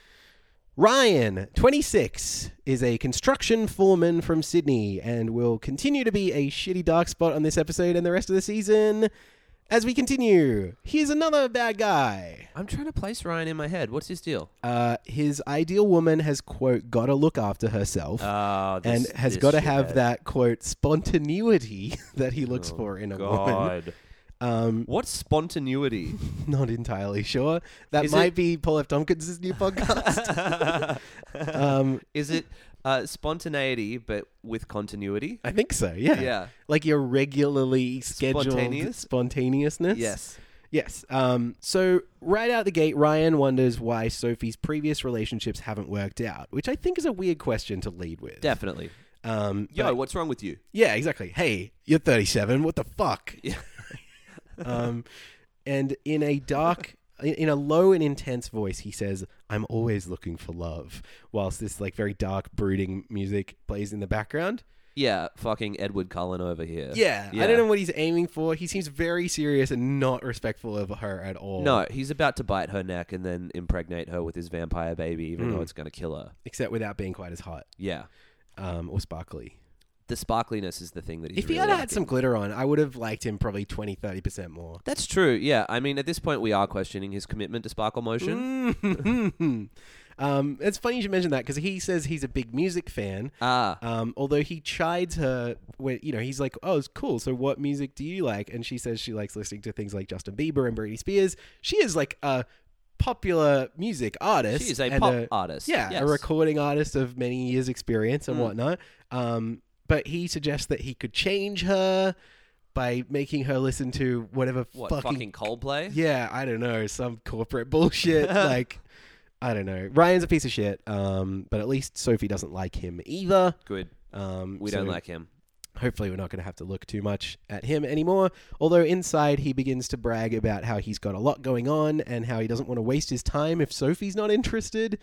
Ryan, 26, is a construction foreman from Sydney and will continue to be a shitty dark spot on this episode and the rest of the season. As we continue, he's another bad guy. I'm trying to place Ryan in my head. What's his deal? Uh, his ideal woman has quote got to look after herself Oh, and this- has this got to have shithead. Oh, that quote spontaneity <laughs> that he looks for in a woman. God. Um, What's spontaneity? not entirely sure. That Is might it- be Paul F. Tompkins' <laughs> new podcast. um, <laughs> Is it uh, spontaneity but with continuity? I think so. Yeah. Yeah. Like your regularly scheduled Spontaneous? spontaneousness. Yes. Yes. Um, so right out the gate, Ryan wonders why Sophie's previous relationships haven't worked out, which I think is a weird question to lead with. Definitely. Um, Yo, but- what's wrong with you? Yeah, exactly. Hey, you're 37. What the fuck? <laughs> Yeah. um, and in a dark, in, in a low and intense voice, he says, "I'm always looking for love." Whilst this like very dark, brooding music plays in the background. Yeah, fucking Edward Cullen over here. Yeah, I don't know what he's aiming for. He seems very serious and not respectful of her at all. No, he's about to bite her neck and then impregnate her with his vampire baby, even Hmm. though it's going to kill her. except without being quite as hot Yeah. um, or sparkly. The sparkliness is the thing that he's If he had really had lacking. some glitter on, I would have liked him probably 20, 30 percent more. That's true. Yeah. I mean, at this point, we are questioning his commitment to sparkle motion. Mm. <laughs> um, it's funny you should mention that because he says he's a big music fan. Ah. Um, although he chides her when you know he's like, "Oh, it's cool. So what music do you like?" And she says she likes listening to things like Justin Bieber and Britney Spears. She is like a popular music artist. She is a and pop artist, Yeah, yes. Mm. a recording artist of many years' experience and whatnot. Um, but he suggests that he could change her by making her listen to whatever what? fucking Fucking Coldplay? <laughs> yeah, I don't know, some corporate bullshit like I don't know. Ryan's a piece of shit, um, but at least Sophie doesn't like him either. Good. Um, We so don't like him. Hopefully, we're not going to have to look too much at him anymore. Although inside, he begins to brag about how he's got a lot going on and how he doesn't want to waste his time if Sophie's not interested.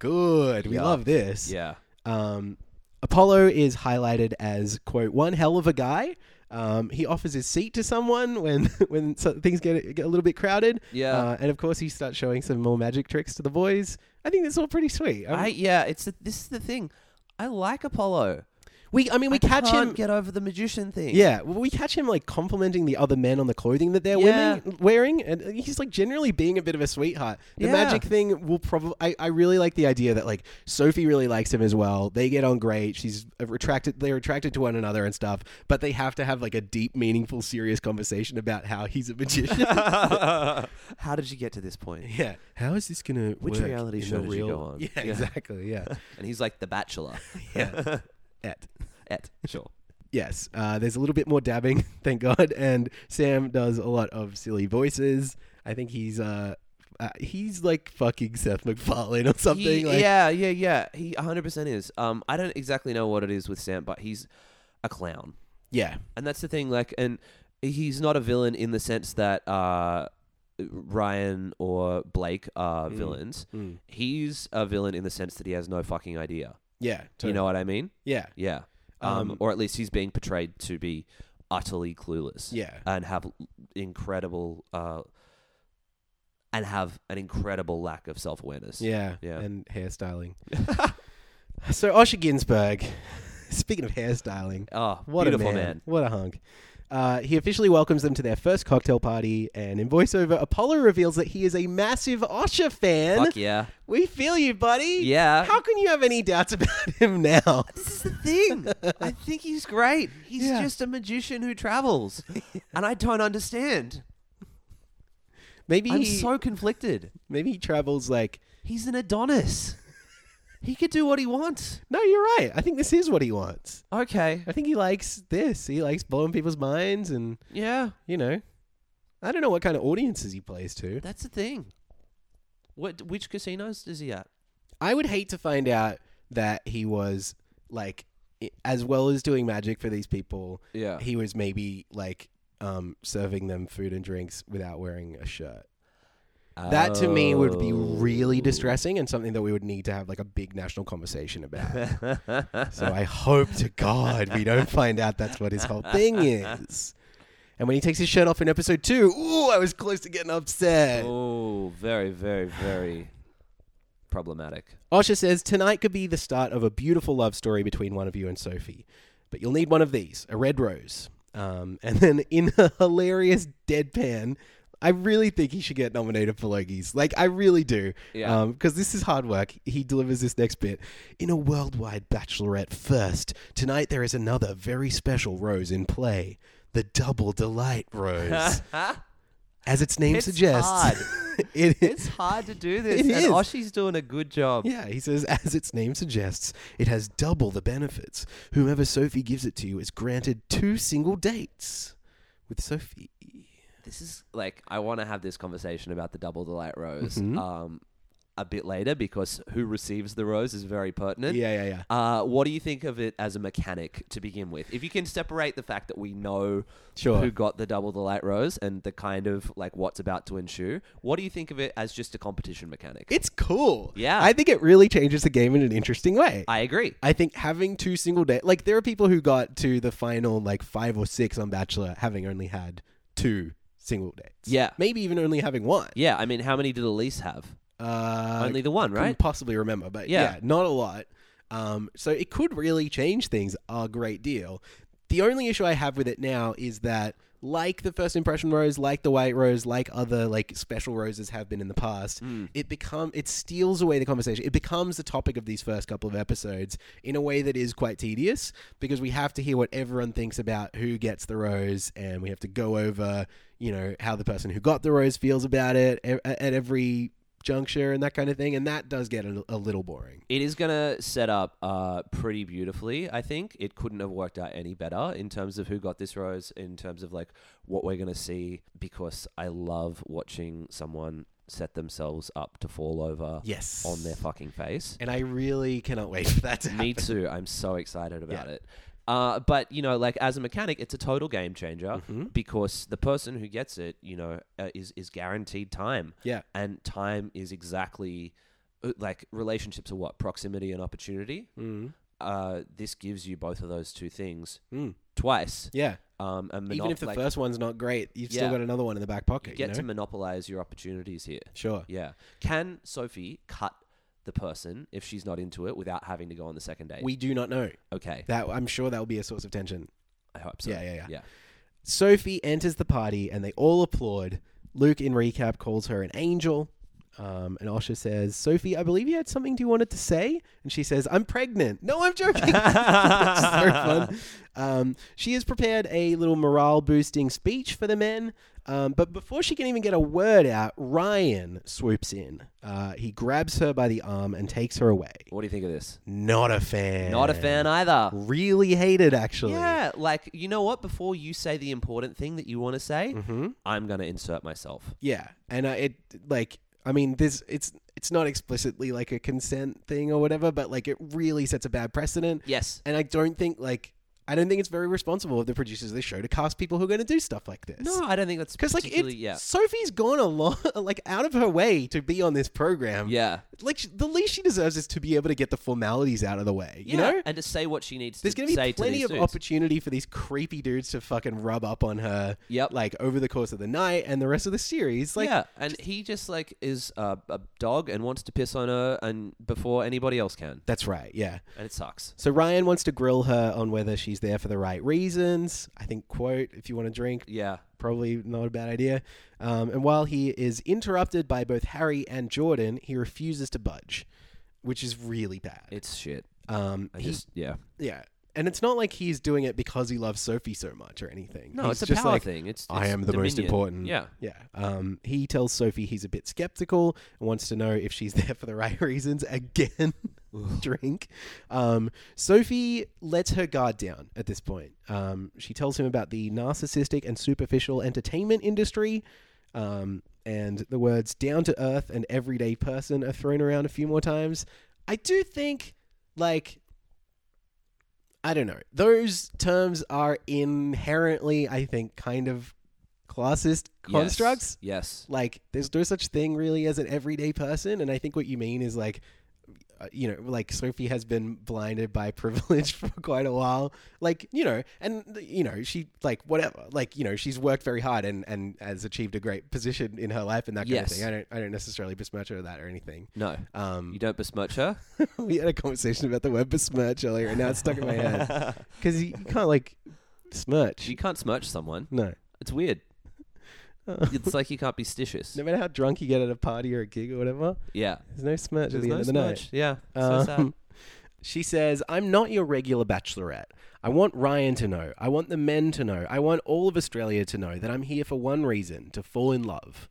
Good, we Yeah. love this. Yeah. Um, Apollo is highlighted as quote one hell of a guy. Um, he offers his seat to someone when <laughs> when so- things get, get a little bit crowded. Yeah. uh, and of course he starts showing some more magic tricks to the boys. I think that's all pretty sweet. Um, I, I yeah, it's the, this is the thing. I like Apollo. we I mean we I catch can't him. get over the magician thing. yeah, well, we catch him like complimenting the other men on the clothing that they're Yeah. women, wearing, and he's like generally being a bit of a sweetheart. The Yeah. magic thing will probably. I, I really like the idea that like Sophie really likes him as well. They get on great. She's attracted. They're attracted to one another and stuff, but they have to have like a deep, meaningful, serious conversation about how he's a <laughs> magician. <laughs> How did you get to this point? yeah, how is this gonna Which work reality in show the did you real? go on? Yeah, Yeah. exactly. <laughs> Yeah, And he's like the bachelor. <laughs> yeah. Et. <laughs> Et, sure. Yes, uh, there's a little bit more dabbing, <laughs> thank God. And Sam does a lot of silly voices. I think he's uh, uh he's like fucking Seth MacFarlane or something. He- like, yeah, yeah, yeah. He 100% is. Um I don't exactly know what it is with Sam, but he's a clown. yeah, And that's the thing like and he's not a villain in the sense that uh Ryan or Blake are villains. Mm. He's a villain in the sense that he has no fucking idea. yeah, You totally. know what I mean? yeah, Yeah. Um, Um, or at least he's being portrayed to be utterly clueless. <laughs> Yeah. And have l- incredible uh and have an incredible lack of self awareness. yeah, Yeah. and <laughs> hairstyling. so Osher Ginsburg, <laughs> speaking of hairstyling, Oh, what beautiful a man, man. what a hunk. Uh, he officially welcomes them to their first cocktail party, and in voiceover, Apollo reveals that he is a massive Osher fan. Fuck yeah. We feel you, buddy. Yeah. How can you have any doubts <laughs> about him now? This is the thing. <laughs> I think he's great. He's Yeah. just a magician who <laughs> travels. and I don't understand. Maybe I'm he, so conflicted. maybe he travels like. He's an Adonis. he could do what he wants. No, you're right. I think this is what he wants. Okay. I think he likes this. He likes blowing people's minds, and Yeah. you know, I don't know what kind of audiences he plays to. That's the thing. What which casinos is he at? I would hate to find out that he was like, i- as well as doing magic for these people, Yeah. he was maybe like um, serving them food and drinks without wearing a shirt. That to me would be really distressing and something that we would need to have like a big national conversation about. so I hope to God we don't find out that's what his whole thing is. And when he takes his shirt off in episode two, ooh, I was close to getting upset. Oh, very, very, very <laughs> problematic. Osha says, Tonight could be the start of a beautiful love story between one of you and Sophie, but you'll need one of these a red rose. Um, <laughs> and then in a hilarious deadpan, I really think he should get nominated for Logies. Like, I really do. Yeah. Because this is hard work. He delivers this next bit. In a worldwide bachelorette first, tonight there is another very special rose in play the Double Delight <laughs> Rose. As its name It's suggests, hard. <laughs> it is. It's hard to do this, It and is. Oshi's doing a good job. Yeah, he says, <laughs> as its name suggests, it has double the benefits. Whomever Sophie gives it to is granted two single dates with Sophie. This is like I want to have this conversation about the double delight rose Mm-hmm. um, a bit later because who receives the rose is very pertinent. Yeah, yeah, yeah. Uh, what do you think of it as a mechanic to begin with? If you can separate the fact that we know Sure. who got the double the light rose and the kind of like what's about to ensue, what do you think of it as just a competition mechanic? It's cool. Yeah. I think it really changes the game in an interesting way. I agree. I think having two single dates, like, there are people who got to the final, like, five or six on Bachelor having only had two single dates. Yeah. Maybe even only having one. Yeah, I mean, how many did Elise have? Uh, Only the one, couldn't right? possibly remember, but yeah. Yeah. not a lot. Um, so it could really change things a great deal. The only issue I have with it now is that, like the first impression rose, like the white rose, like other like special roses have been in the past, it become it steals away the conversation. It becomes the topic of these first couple of episodes in a way that is quite tedious because we have to hear what everyone thinks about who gets the rose, and we have to go over you know how the person who got the rose feels about it e- at every juncture and that kind of thing, and that does get a, a little boring. It is going to set up uh, pretty beautifully, I think. It couldn't have worked out any better in terms of who got this rose, in terms of like what we're going to see, because I love watching someone set themselves up to fall over Yes. on their fucking face. And I really cannot wait for that to <laughs> happen. Me too. I'm so excited about Yeah. it. Uh, but you know, like as a mechanic, it's a total game changer Mm-hmm. because the person who gets it, you know, uh, is is guaranteed time. Yeah. and time is exactly uh, like relationships are what proximity and opportunity. Mm. Uh, this gives you both of those two things twice. Mm. Yeah. Um, and Even monop- if the like, first one's not great, you've Yeah. still got another one in the back pocket. you You get to know? monopolize your opportunities here. Sure. Yeah. Can Sophie cut the person if she's not into it without having to go on the second date? We do not know. okay. That I'm sure that will be a source of tension. I hope so. Yeah, yeah, yeah. Yeah. Sophie enters the party and they all applaud. Luke, in recap, calls her an angel. Um, and Osha says, Sophie, I believe you had something you wanted to say. And she says, I'm pregnant. No, I'm joking. <laughs> Which is so fun. Um, she has prepared a little morale boosting speech for the men. Um, but before she can even get a word out, Ryan swoops in. Uh, he grabs her by the arm and takes her away. What do you think of this? Not a fan. Not a fan either. Really hated, actually. Yeah, like you know what? Before you say the important thing that you want to say, Mm. Mm-hmm. I'm gonna insert myself. Yeah, and uh, it like I mean this it's it's not explicitly like a consent thing or whatever, but like it really sets a bad precedent. Yes. and I don't think like I don't think it's very responsible of the producers of the show to cast people who are going to do stuff like this. No, I don't think that's Because like it, particularly. yeah. Sophie's gone a lot, <laughs> like out of her way to be on this program. Yeah. like she- the least she deserves is to be able to get the formalities out of the way. You Yeah, know, and to say what she needs there's to going to say be to plenty these of dudes. opportunity for these creepy dudes to fucking rub up on her. Yep. like over the course of the night and the rest of the series. Like, yeah, and he just like is a, a dog and wants to piss on her, and before anybody else can, That's right, yeah. and it sucks. So Ryan wants to grill her on whether she's there for the right reasons. I think, quote, if you want to drink, Yeah, probably not a bad idea. Um, and while he is interrupted by both Harry and Jordan, he refuses to budge, which is really bad. it's shit. um, I he, just yeah. yeah. And it's not like he's doing it because he loves Sophie so much or anything. No, He's it's a just power like, thing. It's, I it's am the most dominion. important. Yeah, Yeah. Um, he tells Sophie he's a bit skeptical and wants to know if she's <laughs> there for the right reasons again. <laughs> Drink. Um, Sophie lets her guard down at this point. Um, she tells him about the narcissistic and superficial entertainment industry. Um, and the words down to earth and everyday person are thrown around a few more times. I do think, like, I don't know. Those terms are inherently, I think, kind of classist Yes. constructs Yes. like there's no such thing really as an everyday person and i think what you mean is like uh, you know like sophie has been blinded by <laughs> privilege for quite a while like you know and you know she like whatever like you know she's worked very hard and and has achieved a great position in her life and that kind Yes. of thing i don't i don't necessarily besmirch her of that or anything No. um You don't besmirch her. <laughs> we had a conversation about the word besmirch earlier and now it's stuck in my <laughs> head because you, you can't like smirch You can't smudge someone. no It's <laughs> weird. It's like you can't be stitious. no matter how drunk you get at a party or a gig or whatever Yeah. there's no smirch There's at the no end of the night smudge. Yeah. So sad. <laughs> Um, She says, I'm not your regular bachelorette. I want Ryan to know. I want the men to know. I want all of Australia to know that I'm here for one reason to fall in love.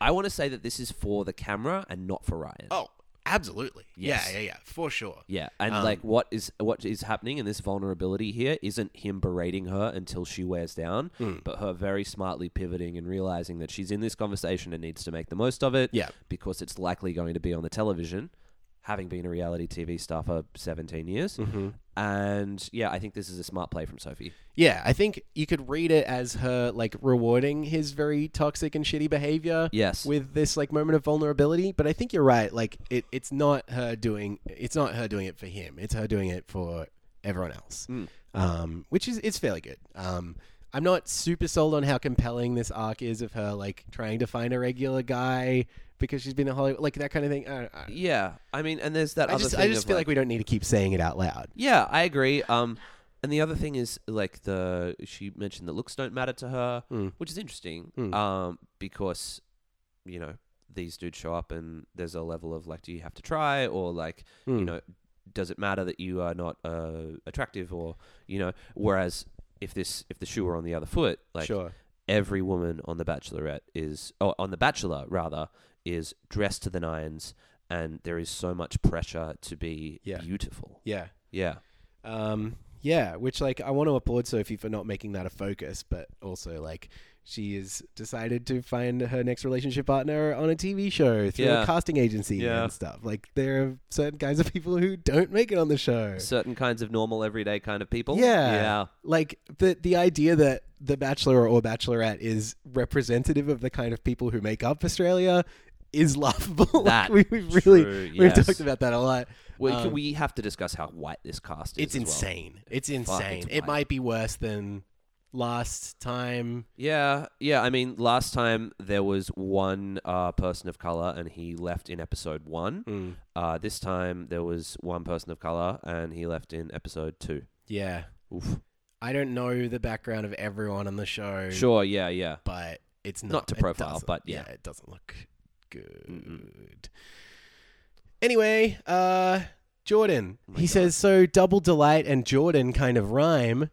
I want to say that this is for the camera and not for Ryan. Oh, absolutely. Yes. Yeah, yeah, yeah, for sure. Yeah, Um, and like what is what is happening in this vulnerability here isn't him berating her until she wears down, Hmm. but her very smartly pivoting and realizing that she's in this conversation and needs to make the most of it. Yeah. because it's likely going to be on the television, having been a reality TV star for seventeen years, Mm-hmm. and yeah, I think this is a smart play from Sophie. Yeah, I think you could read it as her like rewarding his very toxic and shitty behavior. Yes. With this like moment of vulnerability, but I think you're right. Like it, it's not her doing. It's not her doing it for him. It's her doing it for everyone else. Mm. Um, which is it's fairly good. Um, I'm not super sold on how compelling this arc is of her like trying to find a regular guy because she's been a Hollywood like that kind of thing. I, I, Yeah, I mean, and there's that Uh, I other just thing. I just of, feel like we don't need to keep saying it out loud. Yeah, I agree. Um, and the other thing is like the she mentioned that looks don't matter to her, which is interesting. Hmm. Um, because you know these dudes show up and there's a level of like, do you have to try or like Hmm. you know does it matter that you are not uh, attractive or you know whereas if this if the shoe were on the other foot like Sure. every woman on the bachelorette is or on the bachelor rather is dressed to the nines and there is so much pressure to be Yeah. beautiful Yeah. yeah Um, yeah, which like I want to applaud Sophie for not making that a focus, but also like she has decided to find her next relationship partner on a TV show through Yeah. a casting agency Yeah. and stuff. Like there are certain kinds of people who don't make it on the show. Certain kinds of normal, everyday kind of people. Yeah. Yeah. Like the the idea that the bachelor or bachelorette is representative of the kind of people who make up Australia is laughable. <laughs> Like, That we, we've really true, we've yes. talked about that a lot. We, Um, we have to discuss how white this cast is. it's as well. insane. It's Fuck, insane. it's it wild. might be worse than last time. Yeah, yeah. I mean, last time there was one uh, person of color, and he left in episode one. Uh, this time there was one person of color, and he left in episode two. Yeah. Oof. I don't know the background of everyone on the show. Sure. Yeah. Yeah. but it's not, Not to it profile, doesn't- but yeah. it doesn't look good. Anyway, uh, Jordan, Oh he says so. Double delight and Jordan kind of rhyme,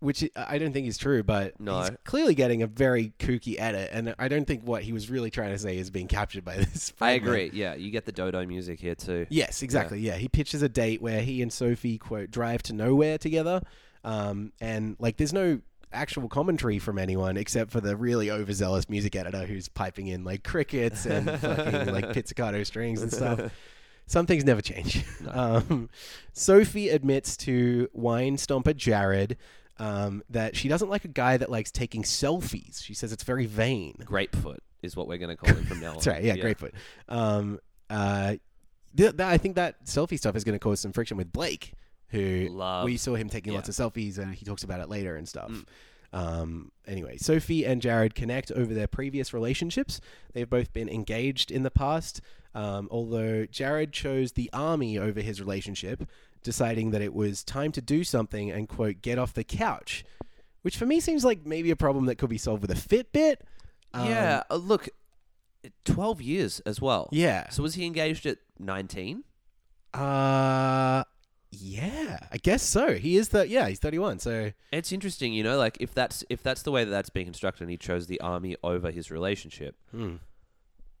which I I don't think is true, but No. he's clearly getting a very kooky edit, and I don't think what he was really trying to say is being captured by <laughs> this. I fragment. agree. Yeah. You get the dodo music here too. Yes, exactly. Yeah. he pitches a date where he and Sophie quote drive to nowhere together, um, and like there's no actual commentary from anyone except for the really overzealous music editor who's piping in like crickets and fucking like pizzicato strings and stuff. Some things never change. <laughs> Um, Sophie admits to wine stomper Jared. Um, that she doesn't like a guy that likes taking selfies. She says it's very vain. Grapefoot is what we're going to call him from now on. That's right. Yeah, Grapefoot. Um, uh, th- that, I think that selfie stuff is going to cause some friction with Blake, who Love. we saw him taking Yeah. lots of selfies, and he talks about it later and stuff. Um, anyway, Sophie and Jared connect over their previous relationships. They've both been engaged in the past, um, although Jared chose the army over his relationship, deciding that it was time to do something and, quote, get off the couch, which for me seems like maybe a problem that could be solved with a Fitbit. Um, yeah. uh, look, twelve years as well. Yeah. So was he engaged at nineteen? Uh yeah, I guess so. He is the yeah, he's 31. So It's interesting, you know, like if that's if that's the way that that's being constructed, and he chose the army over his relationship, Hmm.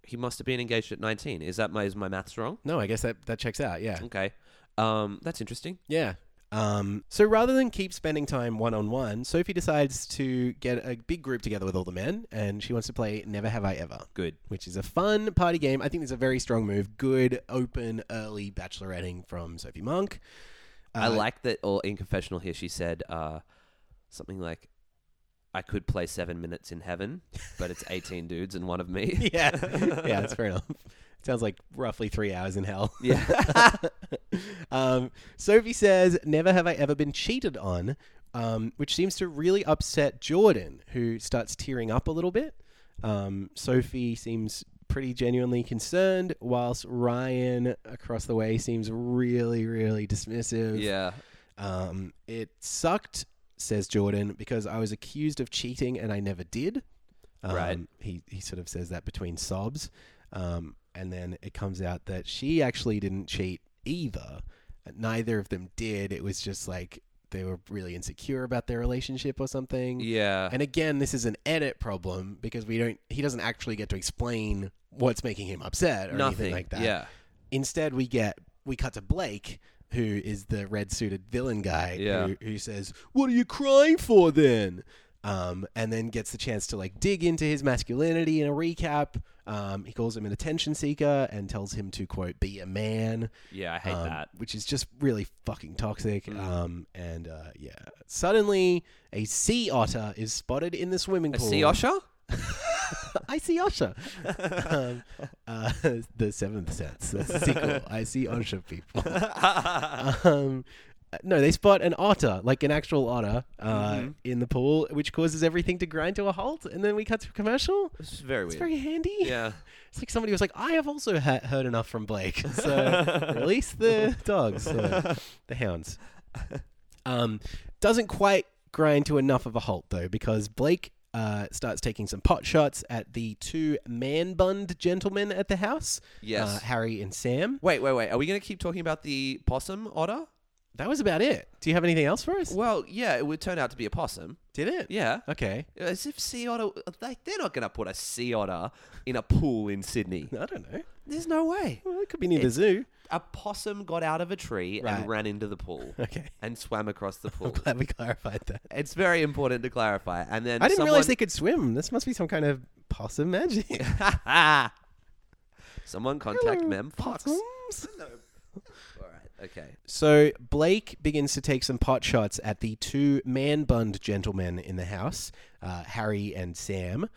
he must have been engaged at nineteen. Is that my is my maths wrong? no, I guess that that checks out. Yeah. Okay, um, that's interesting. Yeah. Um, so rather than keep spending time one on one, Sophie decides to get a big group together with all the men, and she wants to play Never Have I Ever, Good. which is a fun party game. I think it's a very strong move. Good, open, early bacheloretting from Sophie Monk. Uh, I like that. Or in confessional here, she said uh, something like, "I could play seven minutes in heaven, but it's eighteen dudes and one of <laughs> me." Yeah, <laughs> yeah, that's fair enough. Sounds like roughly three hours in hell. yeah. <laughs> um, Sophie says, Never have I ever been cheated on, um, which seems to really upset Jordan, who starts tearing up a little bit. Um, Sophie seems pretty genuinely concerned, whilst Ryan across the way seems really, really dismissive. yeah. Um, it sucked, says Jordan, because I was accused of cheating and I never did. Um, Right. He he sort of says that between sobs, um, and then it comes out that she actually didn't cheat either. Neither of them did. It was just like they were really insecure about their relationship or something. Yeah. And again, this is an edit problem because we don't. He doesn't actually get to explain what's making him upset or Nothing anything like that. Yeah. Instead, we get we cut to Blake, who is the red suited villain guy, Yeah. who, who says, "What are you crying for then?" Um, and then gets the chance to like dig into his masculinity in a recap. Um, he calls him an attention seeker and tells him to quote be a man, Yeah. I hate um, that. Mm. which is just really fucking toxic. Um, and uh, yeah, suddenly a sea otter is spotted in the swimming A pool. sea <laughs> osher? I see Osha. um, uh, <laughs> the seventh sense. That's the <laughs> sequel. I see Osha people. um, no, they spot an otter, like an actual otter, uh, Mm-hmm. in the pool, which causes everything to grind to a halt. And then we cut to a commercial. This is very It's weird. very handy. yeah. It's like somebody was like, I have also ha- heard enough from <laughs> Blake. So release the dogs, uh, the hounds. Um, doesn't quite grind to enough of a halt, though, because Blake uh, starts taking some pot shots at the two man bunned gentlemen at the house Yes. uh, Harry and Sam. Wait, wait, wait. Are we going to keep talking about the possum otter? That was about it. Do you have anything else for us? Well, yeah, it would turn out to be a possum. Did it? Yeah. Okay. As if sea otter, like they're not going to put a sea otter in a pool in <laughs> Sydney. I don't know. There's no way. Well, it could be near the zoo. A possum got out of a tree Right. and ran into the pool. <laughs> Okay. And swam across the pool. Glad we clarified that. It's very important to clarify. And then I didn't realize they someone- could swim. This must be some kind of possum magic. <laughs> someone contact Mem Fox. All Possums. right. Okay. So Blake begins to take some pot shots at the two man bunned gentlemen in the house, uh, Harry and Sam.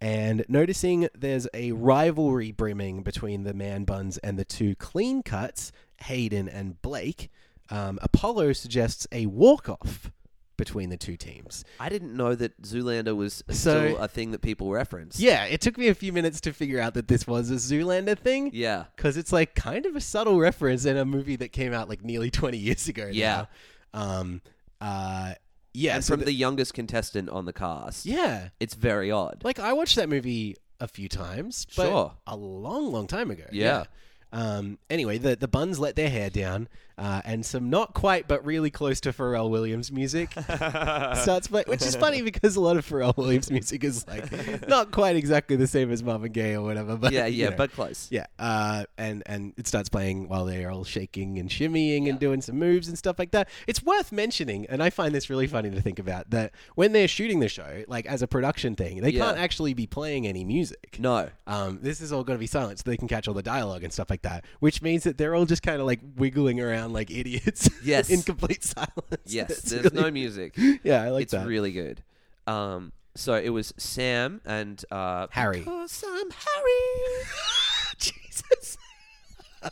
And noticing there's a rivalry brimming between the man buns and the two clean cuts, Hayden and Blake, um, Apollo suggests a walk off between the two teams. I didn't know that Zoolander was So- still a thing that people reference. Yeah, it took me a few minutes to figure out that this was a Zoolander thing. Yeah. because it's like kind of a subtle reference in a movie that came out like nearly 20 years ago. Yeah. now. Um, uh, yeah. And so from th- the youngest contestant on the cast. yeah. It's very odd. Like I watched that movie a few times, but Sure. a long, long time ago. Yeah. Um, anyway, the, the buns let their hair down, uh, and some not quite but really close to Pharrell <laughs> Williams music starts playing, which is funny because a lot of Pharrell Williams music is like not quite exactly the same as Marvin Gaye or whatever. But yeah, you yeah, know. but close. Yeah, uh, and and it starts playing while they're all shaking and shimmying and doing some moves and stuff like that. It's worth mentioning, and I find this really funny to think about that when they're shooting the show, like as a production thing, they Yeah. can't actually be playing any music. <laughs> No. Um, this is all going to be silent, so they can catch all the dialogue and stuff like that. Which means that they're all just kind of like wiggling around like idiots. <laughs> Yes. in complete silence. Yes, It's there's really- no music. Yeah, <laughs> I like it's <laughs> that. really good. Um, so it was Sam and uh, Harry. Because I'm Harry. <laughs> <laughs> Jesus, <laughs>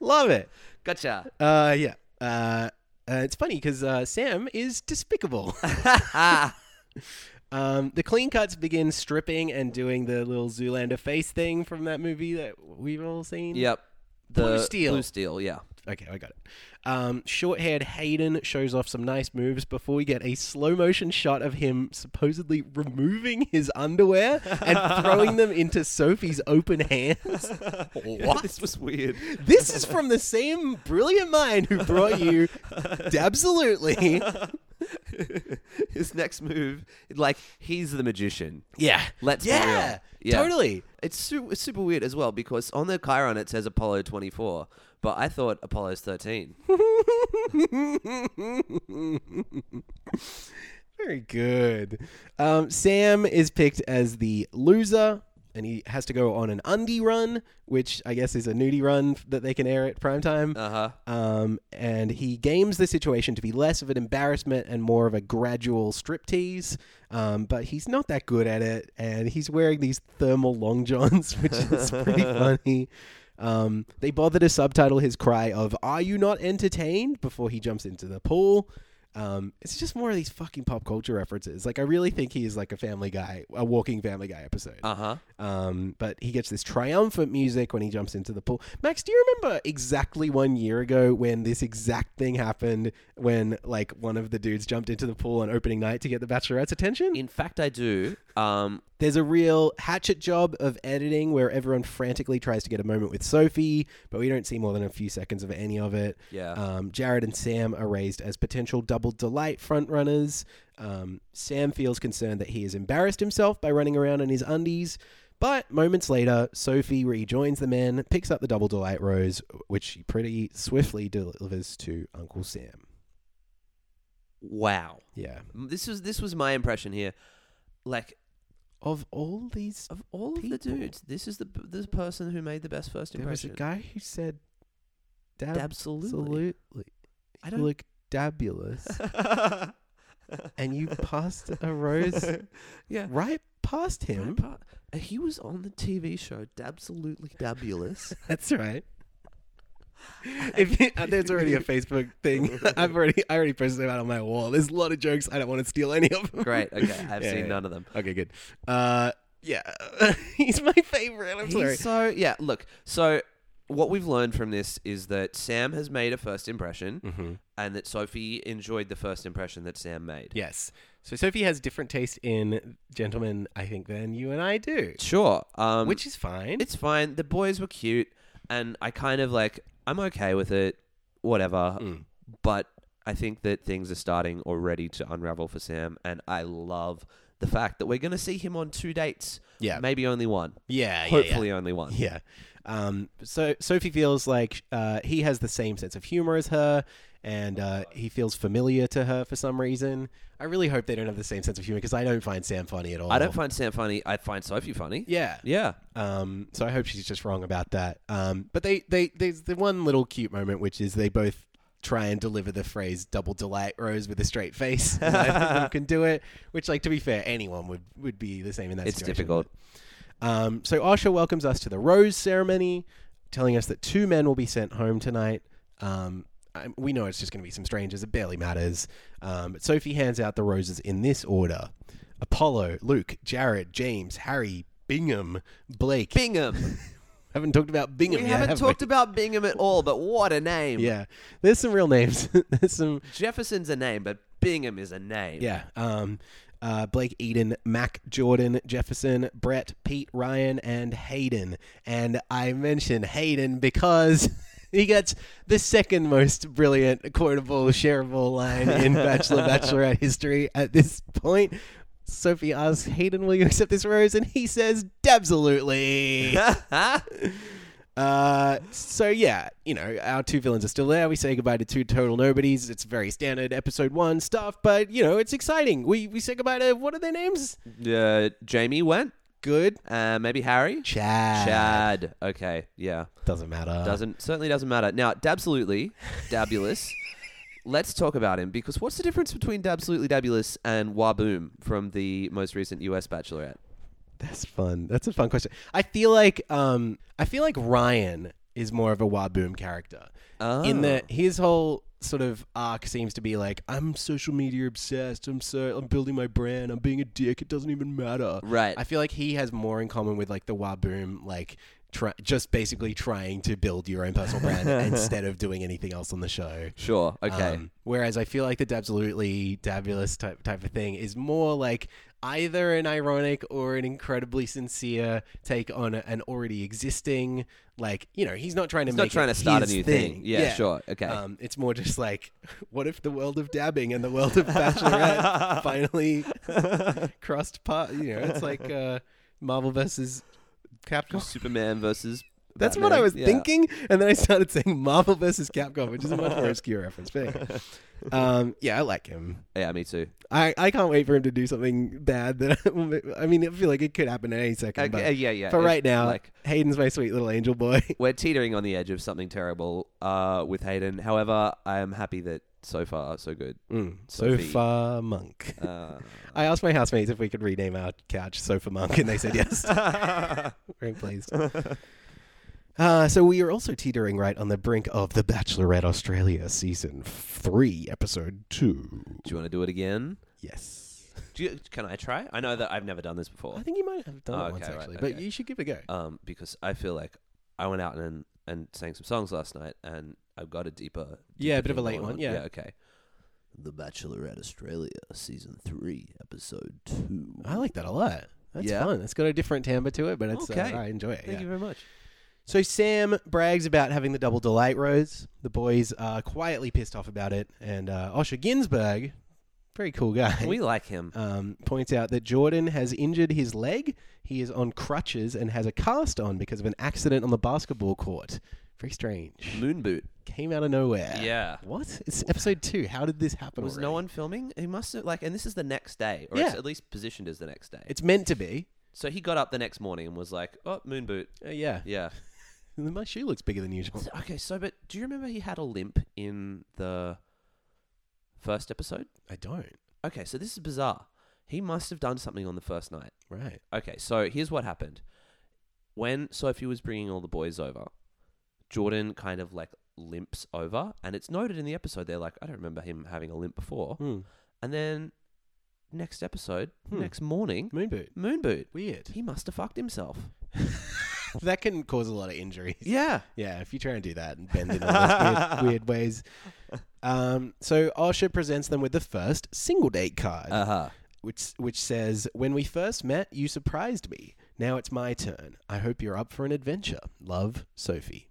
love it. Gotcha. Uh, yeah. Uh, uh, it's funny because uh, Sam is despicable. <laughs> um, the clean cuts begin stripping and doing the little Zoolander face thing from that movie that we've all seen. Yep. The Blue Steel. Blue Steel. <laughs> Yeah. Okay, I got it. Um, Short haired Hayden shows off some nice moves before we get a slow motion shot of him supposedly removing his underwear and throwing them into Sophie's open hands. What? this was weird. This is from the same brilliant mind who brought you absolutely His next move, like he's the magician. Yeah. Let's be real. yeah, Yeah. Totally. It's su- it's super weird as well because on the Chiron it says Apollo 24, but I thought Apollo's <laughs> 13. Very good. Um, Sam is picked as the loser, and he has to go on an undie run, which I guess is a nudie run f- that they can air at primetime. Uh huh. Um, and he games the situation to be less of an embarrassment and more of a gradual striptease. Um, but he's not that good at it, and he's wearing these thermal long johns, <laughs> which is pretty funny. Um, they bother to subtitle his cry of "Are you not entertained?" before he jumps into the pool. Um, it's just more of these fucking pop culture references. Like I really think he is like a Family Guy, a walking Family Guy episode. Uh huh. Um, but he gets this triumphant music when he jumps into the pool. Max, do you remember exactly one year ago when this exact thing happened? When like one of the dudes jumped into the pool on opening night to get the Bachelorette's attention? In fact, I do. Um, There's a real hatchet job of editing where everyone frantically tries to get a moment with Sophie, but we don't see more than a few seconds of any of it. Yeah. Um, Jared and Sam are raised as potential double delight frontrunners. Um, Sam feels concerned that he has embarrassed himself by running around in his undies. But moments later, Sophie rejoins the men, picks up the double delight rose, which she pretty swiftly delivers to Uncle Sam. wow. Yeah. This was this was my impression here. Like Of all these, of all of the People. dudes, this is the the person who made the best first there was a impression. guy who said, "Dab- Absolutely. I I don't- look <laughs> dabulous. and you passed <laughs> a rose yeah. right past him. Grandpa- uh, He was on the TV show Absolutely <laughs> Dabulous. That's right. If you, uh, there's already a Facebook thing, <laughs> I've already I already posted them out on my wall. There's a lot of jokes. I don't want to steal any of them. Great. <laughs> Okay. I've Yeah, seen yeah. none of them. Okay, good. Uh, yeah, <laughs> he's my favorite. I'm He's sorry. so yeah, look. So what we've learned from this is that Sam has made a first impression Mm. Mm-hmm. and that Sophie enjoyed the first impression that Sam made. Yes. So Sophie has different taste in gentlemen, I think, than you and I do, Sure. Um which is fine. it's fine. The boys were cute and I kind of like I'm okay with it. whatever. Mm. But I think that things are starting already to unravel for Sam, and I love the fact that we're going to see him on two dates. Yeah. maybe only one. Yeah, yeah, hopefully only one. Yeah. Um, so Sophie feels like uh, he has the same sense of humor as her, and uh, he feels familiar to her for some reason. I really hope they don't have the same sense of humor because I don't find Sam funny at all. I don't find Sam funny. I find Sophie funny. Yeah. yeah. Um, so I hope she's just wrong about that. Um, but they, they, there's the one little cute moment, which is they both try and deliver the phrase "double delight rose" with a straight face. Neither of <laughs> them can do it. Which, like, to be fair, anyone would would be the same in that. It's situation. difficult. Um, so Asha welcomes us to the rose ceremony, telling us that two men will be sent home tonight. Um, I, we know it's just going to be some strangers. It barely matters. Um, but Sophie hands out the roses in this order: Apollo, Luke, Jared, James, Harry, Bingham, Blake. <laughs> Bingham. haven't talked about Bingham. We yet, haven't have talked about Bingham at all, but what a name. Yeah, there's some real names. <laughs> there's some. Jefferson's a name, but Bingham is a name. Yeah. Um, uh, Blake Eden, Mac Jordan, Jefferson, Brett, Pete, Ryan, and Hayden. And I mention Hayden because <laughs> he gets the second most brilliant, quotable, shareable line in Bachelor Bachelorette history at this point. Sophie asks Hayden, "Will you accept this rose?" And he says, "Absolutely." Uh, so yeah, you know, our two villains are still there. We say goodbye to two total nobodies. It's very standard episode one stuff, but you know, it's exciting. We we say goodbye to what are their names? Uh, Jamie went. Good. Uh, maybe Harry. Chad. Uh. Chad. Okay. Yeah. Doesn't matter. Doesn't certainly doesn't matter. Now, absolutely, <laughs> Dabulous. Let's talk about him because what's the difference between Absolutely Dabulous and Waboom from the most recent US Bachelorette? That's fun. That's a fun question. I feel like um I feel like Ryan is more of a Waboom character. In that his whole sort of arc seems to be like, I'm social media obsessed, I'm so I'm building my brand, I'm being a dick, it doesn't even matter. Right. I feel like he has more in common with like the Waboom like Try, just basically trying to build your own personal brand instead of doing anything else on the show. Sure. Okay. Um, whereas I feel like the absolutely dabulous type type of thing is more like either an ironic or an incredibly sincere take on a, an already existing like you know he's not trying to He's not make trying it to start a his new thing. Yeah, sure. Okay. um, it's more just like <laughs> what if the world of dabbing and the world of <laughs> bachelorette finally crossed paths you know it's like uh, Marvel versus <laughs> Capcom Superman versus. that's what Batman. I was Yeah. thinking, and then I started saying Marvel versus Capcom, which is a much more obscure reference. But <laughs> anyway. um, yeah, I like him. Yeah, me too. I, I can't wait for him to do something bad. That <laughs> I mean, I feel like it could happen at any second. Okay, but uh, yeah, yeah, For it- right now, like- Mm, Hayden's my sweet little angel boy. <laughs> We're teetering on the edge of something terrible uh, with Hayden. However, I am happy that so far so good. Mm, Sofa Sophie. Monk. Uh, <laughs> I asked my housemates if we could rename our couch Sofa Monk, and they <laughs> said yes. <laughs> Very pleased. Uh, so we are also teetering right on the brink of The Bachelorette Australia season three, episode two. do you want to do it again? Yes. Do you, can I try? I know that I've never done this before. I think you might have done Oh, it once okay, right, actually, but okay. you should give it a go. um, because I feel like I went out and and sang some songs last night, and I've got a deeper, deeper Yeah, a bit of thing a late going one, on. yeah. okay. The Bachelorette Australia, season three, episode two. I like that a lot. That's Yeah. fun. It's got a different timbre to it, but it's Okay. uh, I enjoy it. Thank yeah. you very much. So Sam brags about having the double delight rose. The boys are quietly pissed off about it, and uh, Osher Ginsburg, very cool guy, We like him. um, points out that Jordan has injured his leg. He is on crutches and has a cast on because of an accident on the basketball court. Very strange. Moon boot. Came out of nowhere. Yeah. What? It's episode two. How did this happen? Was no already? one filming? He must have like, and this is the next day, or Yeah. it's at least positioned as the next day. It's meant to be. so he got up the next morning and was like, "Oh, moon boot." Uh, yeah. Yeah. My shoe looks bigger than usual. So- okay. So, but do you remember he had a limp in the first episode? I don't. Okay, so this is bizarre. He must have done something on the first night. Right. Okay, so here's what happened. When Sophie was bringing all the boys over, Jordan kind of like limps over, and it's noted in the episode. They're like, I don't remember him having a limp before. And then next episode, Hmm. next morning, Moon boot. moon boot. Weird. He must have fucked himself. That can cause a lot of injuries. Yeah. Yeah, if you try and do that and bend in all those weird, weird ways. Um, so Osha presents them with the first single date card, Uh huh. which which says, "When we first met, you surprised me. Now it's my turn. I hope you're up for an adventure. Love, Sophie."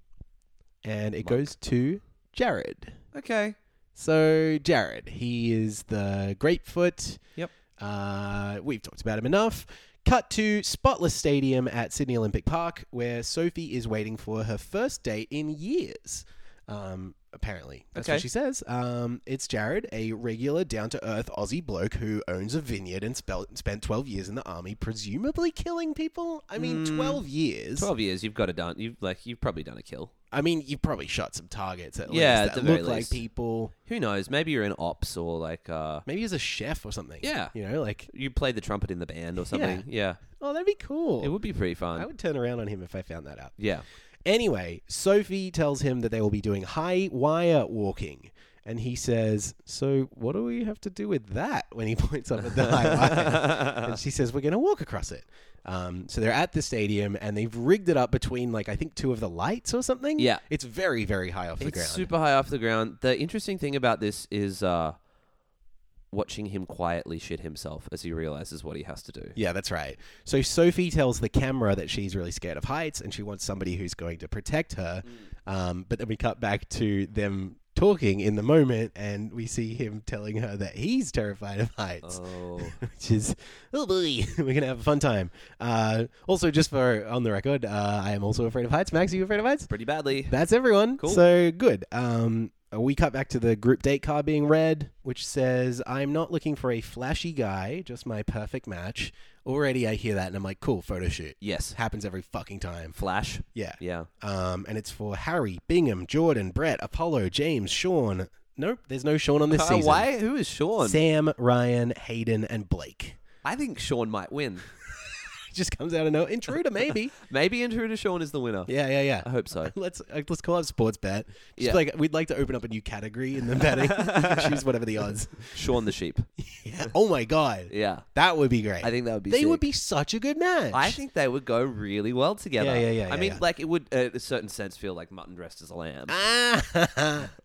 And it goes to Jared. Okay. So Jared, he is the Greatfoot. Yep. Uh, we've talked about him enough. Cut to Spotless Stadium at Sydney Olympic Park, where Sophie is waiting for her first date in years. Um, apparently, that's Okay. what she says. Um, it's Jared, a regular down to earth Aussie bloke who owns a vineyard and spelt, spent 12 years in the army, presumably killing people. I mean, 12 years. Mm, Twelve years. You've got to done. You've like you've probably done a kill. I mean, you probably shot some targets at Yeah, least at that the very look like least. people. Who knows? Maybe you're in ops or like uh, Maybe he was a chef or something. Yeah. You know, like, you played the trumpet in the band or something. Yeah. oh, that'd be cool. It would be pretty fun. I would turn around on him if I found that out. yeah. Anyway, Sophie tells him that they will be doing high wire walking. And he says, So what do we have to do with that when he <laughs> points up at the high wire? And she says, We're going to walk across it. Um, so they're at the stadium and they've rigged it up between, like, I think two of the lights or something. Yeah. It's very, very high off the It's ground. super high off the ground. The interesting thing about this is uh, watching him quietly shit himself as he realizes what he has to do. Yeah, that's right. So Sophie tells the camera that she's really scared of heights and she wants somebody who's going to protect her. Um, but then we cut back to them talking in the moment and we see him telling her that he's terrified of heights, Oh, which is, oh boy, <laughs> we're going to have a fun time. Uh, also, just for on the record, uh, I am also afraid of heights. Max, are you afraid of heights? pretty badly. That's everyone. Cool. So good. Um, we cut back to the group date card being read, which says, I'm not looking for a flashy guy, just my perfect match. Already I hear that and I'm like, cool, photo shoot. Yes. Happens every fucking time. Flash. Yeah. Yeah. Um, and it's for Harry, Bingham, Jordan, Brett, Apollo, James, Sean. Nope, there's no Sean on this Uh, season. why? Who is Sean? Sam, Ryan, Hayden, and Blake. <laughs> I think Sean might win. It just comes out of nowhere. Intruder, maybe. Maybe Intruder Sean is the winner. yeah, yeah, yeah. I hope so. <laughs> Let's like, let's call up sports bet. Just Yeah. like we'd like to open up a new category in the betting. <laughs> You can choose whatever the odds. Sean the <laughs> sheep. Yeah. Oh my god, Yeah. that would be great. I think that would be they would sick. be such a good match. I think they would go really well together. Yeah, yeah, yeah, I yeah, mean, yeah. like it would, uh, in a certain sense, feel like mutton dressed as a lamb. Ah. <laughs>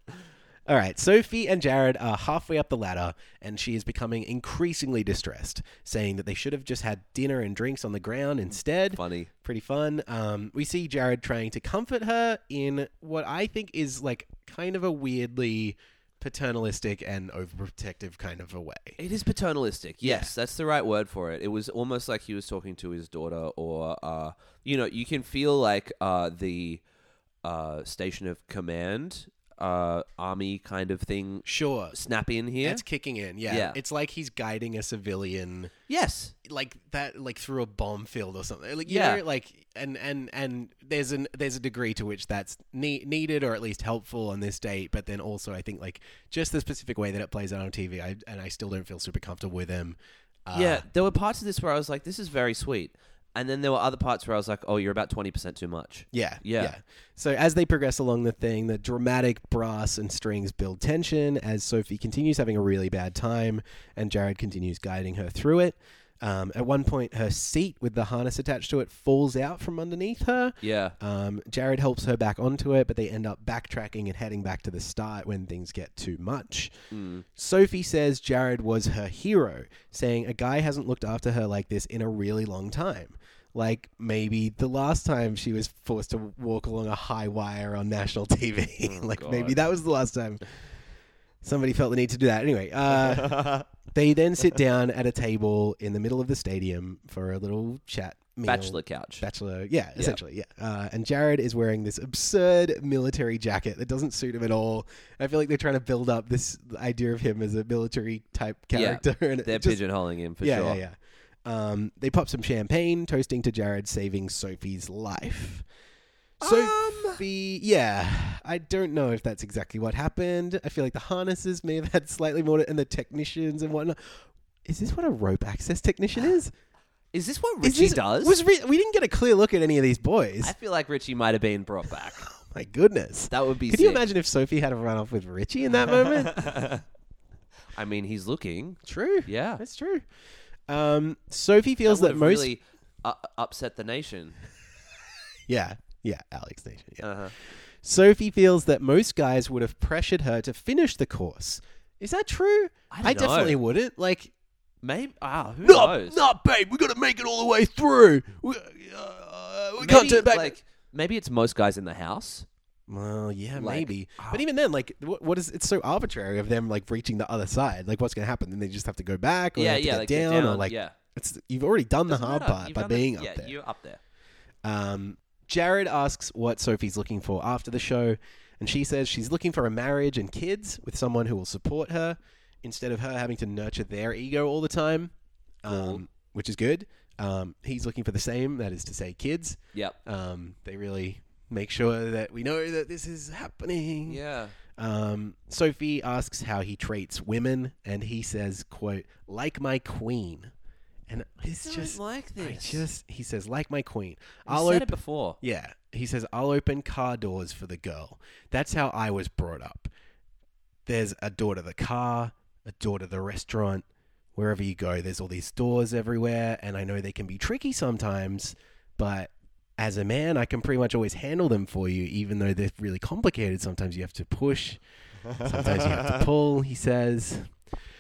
All right, Sophie and Jared are halfway up the ladder, and she is becoming increasingly distressed, saying that they should have just had dinner and drinks on the ground instead. Funny. Pretty fun. Um, we see Jared trying to comfort her in what I think is like kind of a weirdly paternalistic and overprotective kind of a way. It is paternalistic. Yes, that's the right word for it. It was almost like he was talking to his daughter, or uh, you know, you can feel like uh, the uh, station of command, uh, army kind of thing Sure. snap in here. That's kicking in. Yeah. Yeah. It's like he's guiding a civilian yes, like that like through a bomb field or something like you Yeah. know like and and and there's an there's a degree to which that's ne- needed or at least helpful on this date but then also i think like just the specific way that it plays out on tv I, and i still don't feel super comfortable with him uh, yeah. There were parts of this where I was like, "This is very sweet," and then there were other parts where I was like, "Oh, you're about twenty percent too much." Yeah, Yeah. So as they progress along the thing, the dramatic brass and strings build tension as Sophie continues having a really bad time and Jared continues guiding her through it. Um, at one point, her seat with the harness attached to it falls out from underneath her. Yeah. Um, Jared helps her back onto it, but they end up backtracking and heading back to the start when things get too much. Mm. Sophie says Jared was her hero, saying a guy hasn't looked after her like this in a really long time. Like maybe the last time she was forced to walk along a high wire on national <laughs> TV. Oh, like maybe that was the last time somebody felt the need to do that. Anyway, <laughs> uh, they then sit down at a table in the middle of the stadium for a little chat. meal. Bachelor couch. Bachelor, yeah, essentially, yeah. Uh, and Jared is wearing this absurd military jacket that doesn't suit him at all. I feel like they're trying to build up this idea of him as a military type character. <laughs> Yeah, and it they're just- pigeonholing him for yeah, sure. yeah, yeah. Um, they pop some champagne, toasting to Jared saving Sophie's life. Um. Sophie, yeah, I don't know if that's exactly what happened. I feel like the harnesses may have had slightly more, and the technicians and whatnot. Is this what a rope <sighs> access technician is? Is this what Is Richie this- does? Was Ri- we didn't get a clear look at any of these boys. I feel like Richie might have been brought <laughs> back. My goodness. That would be. Could sick. you imagine if Sophie had a run off with Richie in that moment? <laughs> I mean, he's looking. true. Yeah. That's true. Um, Sophie feels that, Would've most. really u- upset the nation. Yeah. Yeah. Alex Nation. Yeah. Uh-huh. Sophie feels that most guys would have pressured her to finish the course. Is that true? I don't know. definitely wouldn't. Like, Maybe. Ah, who no, knows? no, babe, we got to make it all the way through. We, uh, we Maybe, can't turn back. Like, maybe it's most guys in the house. Well, yeah, Like, ah. maybe. But even then, like, what, what is? It's so arbitrary of them like reaching the other side. Like, what's going to happen? Then they just have to go back, or Yeah, they have to yeah, get like, get down, or down, like, yeah. it's you've already done the Doesn't hard matter. part You've by done the- being up yeah, there. You're up there. Um, Jared asks what Sophie's looking for after the show, and she says she's looking for a marriage and kids with someone who will support her instead of her having to nurture their ego all the time, um, which is good. Um, he's looking for the same, that is to say, kids. Yep. Um, they really make sure that we know that this is happening. Yeah. Um, Sophie asks how he treats women, and he says, "quote Like my queen," and it's don't just like I this. just he says, "Like my queen." I I'll said it open. before. Yeah, he says, "I'll open car doors for the girl." That's how I was brought up. There's a door to the car, a door to the restaurant. Wherever you go, there's all these doors everywhere, and I know they can be tricky sometimes, but as a man, I can pretty much always handle them for you, even though they're really complicated. Sometimes you have to push, sometimes you have to pull, he says.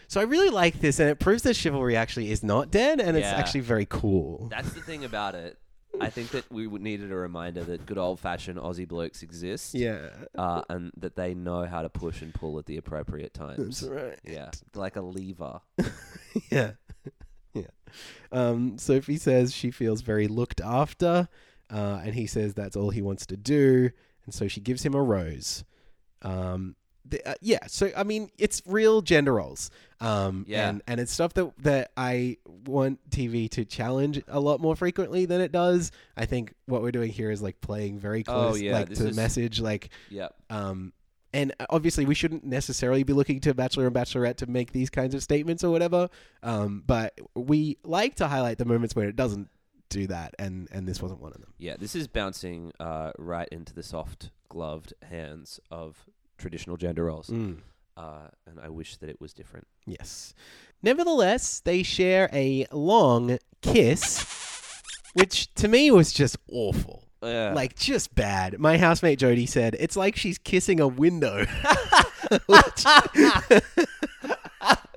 So I really like this, and it proves that chivalry actually is not dead, and it's Yeah. actually very cool. That's the thing about it. I think that we would- needed a reminder that good old fashioned Aussie blokes exist. yeah. Uh, and that they know how to push and pull at the appropriate times. right. Yeah. Like a lever. <laughs> yeah. yeah. Um, Sophie says she feels very looked after, uh, and he says that's all he wants to do. And so she gives him a rose. Um, the, uh, yeah, so I mean, it's real gender roles. Um, Yeah. and, and it's stuff that, that I want TV to challenge a lot more frequently than it does. I think what we're doing here is like playing very Oh, close yeah, like, this to the is- message, like Yep. um, and obviously, we shouldn't necessarily be looking to Bachelor and Bachelorette to make these kinds of statements or whatever. Um, but we like to highlight the moments where it doesn't do that, and and this wasn't one of them. Yeah. This is bouncing uh, right into the soft gloved hands of traditional gender roles. Mm. Uh, and I wish that it was different. Yes. Nevertheless, they share a long kiss, which to me was just awful. Yeah. Like just bad. My housemate Jody said it's like she's kissing a window. <laughs> Which-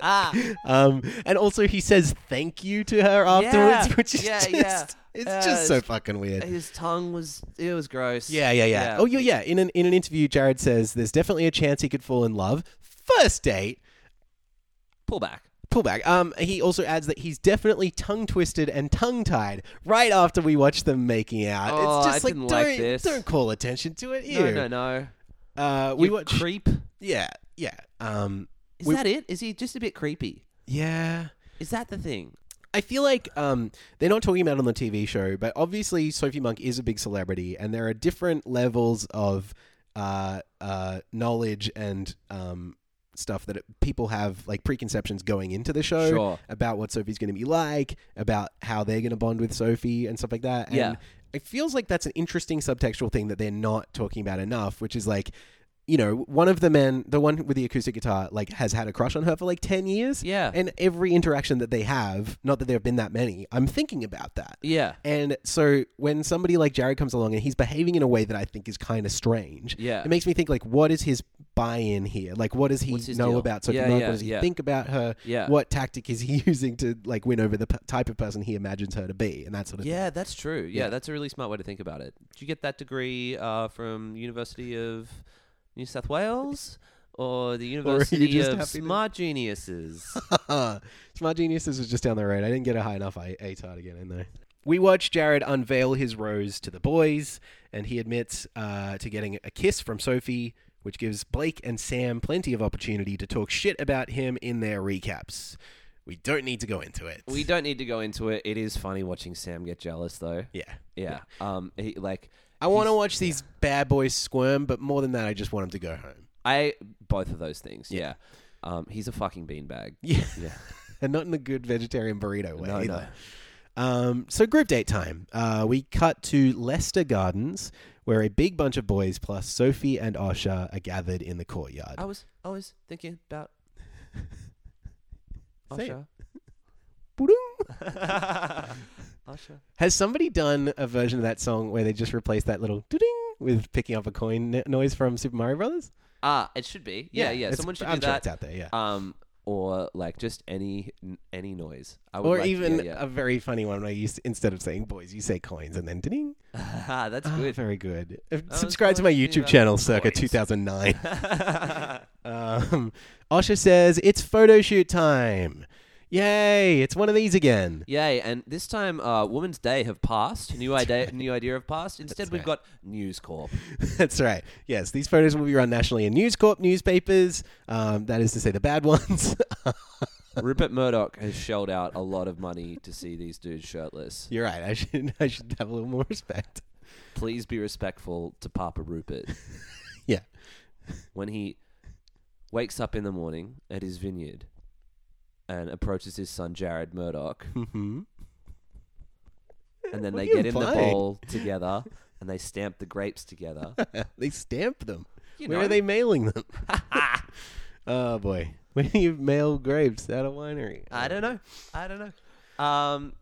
um, and also he says thank you to her afterwards, <laughs> Yeah. which is Yeah, just yeah. it's Yeah, just so it's- fucking weird. His tongue was, it was gross. Yeah, yeah, yeah, Oh, yeah, yeah. In an in an interview, Jared says there's definitely a chance he could fall in love. First date, Pull back. pull back. Um, he also adds that he's definitely tongue twisted and tongue tied right after we watch them making out. Oh, it's just I like didn't don't like this. don't call attention to it. Ew. No, no, no. Uh, We we you watch. creep. yeah, yeah. Um, Is we- that it? Is he just a bit creepy? yeah. Is that the thing? I feel like um, they're not talking about it on the TV show, but obviously Sophie Monk is a big celebrity, and there are different levels of uh, uh, knowledge and um, stuff that it, people have, like preconceptions going into the show Sure. about what Sophie's going to be like, about how they're going to bond with Sophie, and stuff like that. And Yeah. it feels like that's an interesting subtextual thing that they're not talking about enough, which is like. You know, one of the men, the one with the acoustic guitar, like has had a crush on her for like ten years. Yeah. And every interaction that they have, not that there have been that many, I'm thinking about that. Yeah. And so when somebody like Jared comes along and he's behaving in a way that I think is kind of strange, Yeah. it makes me think like, what is his buy-in here? Like, what does he What's his know deal? about Sophie Yeah, Monk? yeah, what does he yeah. think about her? Yeah. What tactic is he <laughs> using to like win over the p- type of person he imagines her to be, and that sort of thing? Yeah, that's true. Yeah, Yeah. that's a really smart way to think about it. Did you get that degree uh, from University of New South Wales <laughs> or the University just of happy to- Smart Geniuses? Smart Geniuses was just down the road. I didn't get a high enough I- ATAR to get in there. We watch Jared unveil his rose to the boys, and he admits uh, to getting a kiss from Sophie, which gives Blake and Sam plenty of opportunity to talk shit about him in their recaps. We don't need to go into it. <laughs> we don't need to go into it. It is funny watching Sam get jealous, though. Yeah. Yeah. Um. He, like I want to he's- watch these bad boys squirm, but more than that, I just want him to go home. I both of those things. Yeah. Um. He's a fucking <laughs> beanbag. Yeah. Yeah. and <laughs> not in the good vegetarian burrito way No, no. either. Um, so group date time. Uh, we cut to Leicester Gardens, where a big bunch of boys plus Sophie and Osha are gathered in the courtyard. I was always thinking <laughs> about. Say it. Usher. Boodong. Usher. Has somebody done a version of that song where they just replace that little ding with picking up a coin n- noise from Super Mario Brothers? Ah, it should be. Yeah, yeah. it's- Someone should I'm do sure that. it's out there, yeah. um, or like just any any noise. I would or like- even yeah, yeah. a very funny one where you s- instead of saying boys, you say coins and then ding. <laughs> Ah, <laughs> that's good. Oh, Very good. Subscribe to my talking YouTube about channel circa 2009. um, <laughs> Osha says, it's photo shoot time. Yay, it's one of these again. <laughs> <laughs> Yay! And this time, uh, Woman's Day have passed. New idea, new idea have passed. Instead, we've got News Corp. That's right. Yes, these photos will be run nationally in News Corp newspapers. Um, that is to say, the bad <laughs> ones. Rupert Murdoch has shelled out a lot of money to see these dudes shirtless. You're right. I should <laughs> I should have a little more respect. <laughs> Please be respectful to Papa Rupert Yeah. when he wakes up in the morning at his vineyard and approaches his son Jared Murdoch, Mm-hmm. and then What they are you get in the implying? bowl together and they stamp the grapes <laughs> together. they stamp them. You Where know. are they mailing <laughs> them? <laughs> oh boy. When do you mail grapes at a winery? I don't know. I don't know. Um,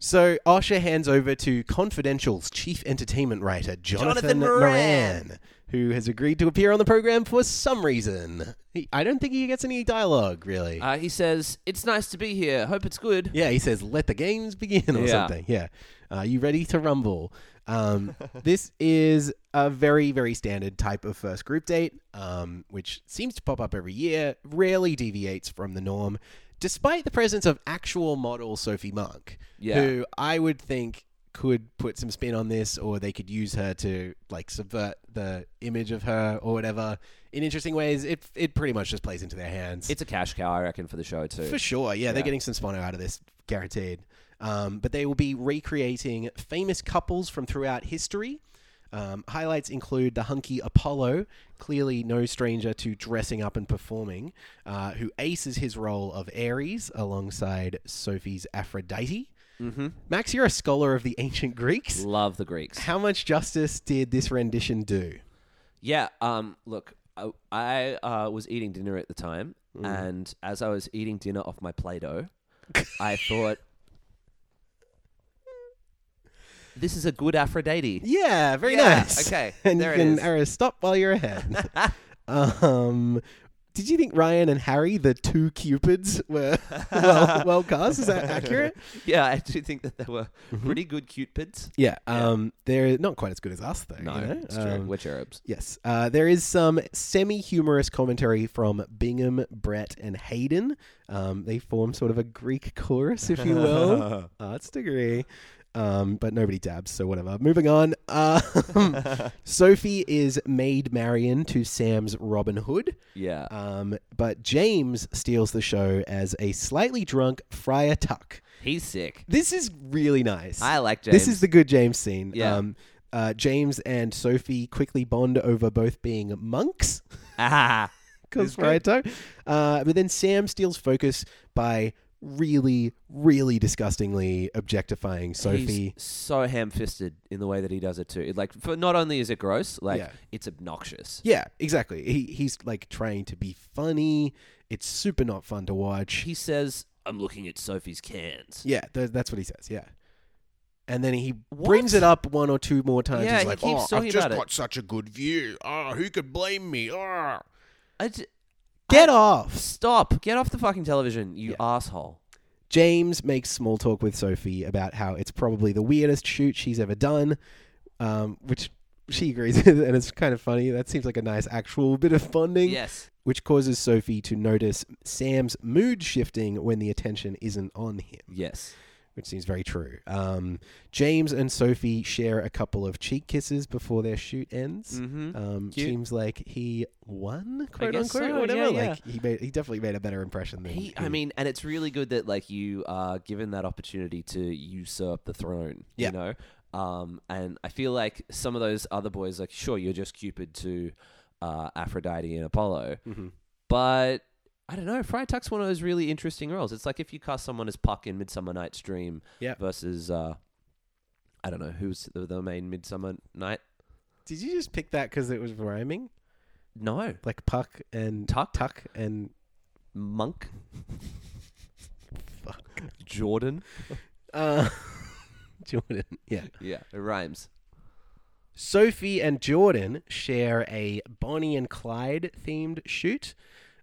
So Osha hands over to Confidential's chief entertainment writer Jonathan, Jonathan Moran. Moran. who has agreed to appear on the program for some reason. He, I don't think he gets any dialogue really. uh, he says, "It's nice to be here. Hope it's good." Yeah, he says, "Let the games begin" or Yeah. something. Yeah, uh, you ready to rumble? <laughs> Um, this is a very, very standard type of first group date, um, which seems to pop up every year. Rarely deviates from the norm, despite the presence of actual model Sophie Monk, Yeah. who I would think could put some spin on this, or they could use her to like subvert the image of her or whatever in interesting ways. It it pretty much just plays into their hands. It's a cash cow, I reckon, for the show too. For sure, yeah, they're getting some spono out of this, guaranteed. Um, but they will be recreating famous couples from throughout history. Um, highlights include the hunky Apollo, clearly no stranger to dressing up and performing, uh, who aces his role of Ares alongside Sophie's Aphrodite. Mm-hmm. Max, you're a scholar of the ancient Greeks. Love the Greeks. How much justice did this rendition do? Yeah. Um. Look, I, I uh, was eating dinner at the time, and as I was eating dinner off my <laughs> Play-Doh, I thought, "This is a good Aphrodite." Yeah, very Yeah, nice. okay, <laughs> and there you it can is. arrow stop while <laughs> you're ahead. um, did you think Ryan and Harry, the two cupids, were <laughs> well, well cast? Is that accurate? Yeah, I do think that they were pretty good cupids. Yeah, um, they're not quite as good as us, though. you No, know? it's true. Um, We're cherubs. Yes, uh, there is some semi-humorous commentary from Bingham, Brett, and Hayden. Um, they form sort of a Greek chorus, if you will. Arts degree, um, but nobody dabs, so whatever. Moving on. Um, Sophie is maid Marian to Sam's Robin Hood, Yeah. um, but James steals the show as a slightly drunk Friar Tuck. He's sick. This is really nice. I like James. This is the good James scene. Yeah. Um, uh, James and Sophie quickly bond over both being monks. <laughs> Ah. Because Raito. Uh, but then Sam steals focus by really, really disgustingly objectifying He's Sophie. so ham-fisted in the way that he does it too. It, like, for not only is it gross, like Yeah. it's obnoxious. Yeah, exactly. He, he's like trying to be funny. It's super not fun to watch. He says, "I'm looking at Sophie's cans." yeah, th- that's what he says. Yeah. And then he brings it up one or two more times. Yeah, he's he like, keeps "Oh, talking I've just about got it. such a good view. Oh, who could blame me? Oh. I j- Get off. Stop! Get off the fucking television, you asshole. James makes small talk with Sophie about how it's probably the weirdest shoot she's ever done, um, which she agrees <laughs> with, and it's kind of funny. That seems like a nice actual bit of bonding, Yes. which causes Sophie to notice Sam's mood shifting when the attention isn't on him, Yes. which seems very true. Um, James and Sophie share a couple of cheek kisses before their shoot ends. Mhm. Um, Cute. seems like he won, quote guess unquote, so, or whatever. yeah, yeah. Like he made, he definitely made a better impression than He, I who- mean, and it's really good that like you are given that opportunity to usurp the throne. Yeah. You know. Um, and I feel like some of those other boys, like, sure, you're just Cupid to uh, Aphrodite and Apollo, Mm-hmm. but I don't know. Fry Tuck's one of those really interesting roles. It's like if you cast someone as Puck in Midsummer Night's Dream Yeah. versus, uh, I don't know, who's the, the main Midsummer Night? Did you just pick that because it was rhyming? No, Like puck and Tuck? tuck and Monk, fuck. Jordan. Uh, <laughs> Jordan. Yeah. Yeah, it rhymes. Sophie and Jordan share a Bonnie and Clyde themed shoot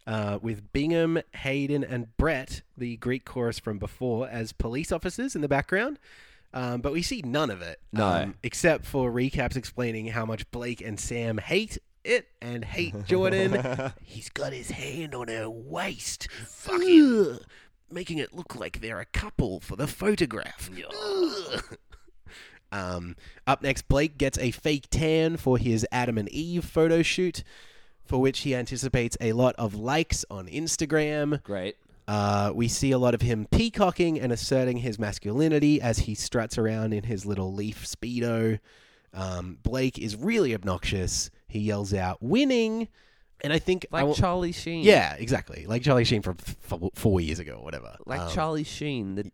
uh, with Bingham, Hayden, and Brett, the Greek chorus from before, as police officers in the background. Um, but we see none of it. No. um, except for recaps explaining how much Blake and Sam hate it and hate Jordan. He's got his hand on her waist. Fuck you. Making it look like they're a couple for the photograph. Ugh. Um, up next, Blake gets a fake tan for his Adam and Eve photo shoot, for which he anticipates a lot of likes on Instagram. Great. Uh, we see a lot of him peacocking and asserting his masculinity as he struts around in his little leaf speedo. Um, Blake is really obnoxious. He yells out, "Winning!" And I think, I Like will- Charlie Sheen. yeah, exactly, like Charlie Sheen from f- four years ago or whatever. Like Um, Charlie Sheen. The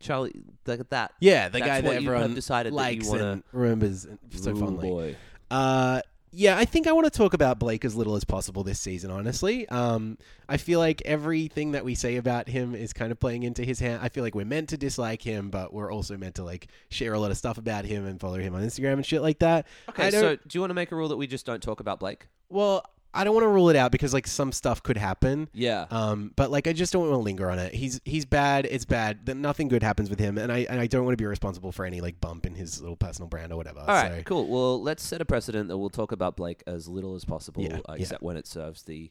Charlie like that. yeah, the That's guy what that you have everyone decided that you likes wanna- and remembers so Ooh, fondly. boy. Uh, yeah, I think I want to talk about Blake as little as possible this season, honestly. Um, I feel like everything that we say about him is kind of playing into his hand. I feel like we're meant to dislike him, but we're also meant to like share a lot of stuff about him and follow him on Instagram and shit like that. I Okay, don't, so do you want to make a rule that we just don't talk about Blake? well, I don't want to rule it out because like some stuff could happen. Yeah. Um, but like I just don't want to linger on it. He's he's bad. It's bad. That nothing good happens with him, and I and I don't want to be responsible for any like bump in his little personal brand or whatever. All right, so, cool. Well, let's set a precedent that we'll talk about Blake as little as possible, Yeah, uh, yeah. except when it serves the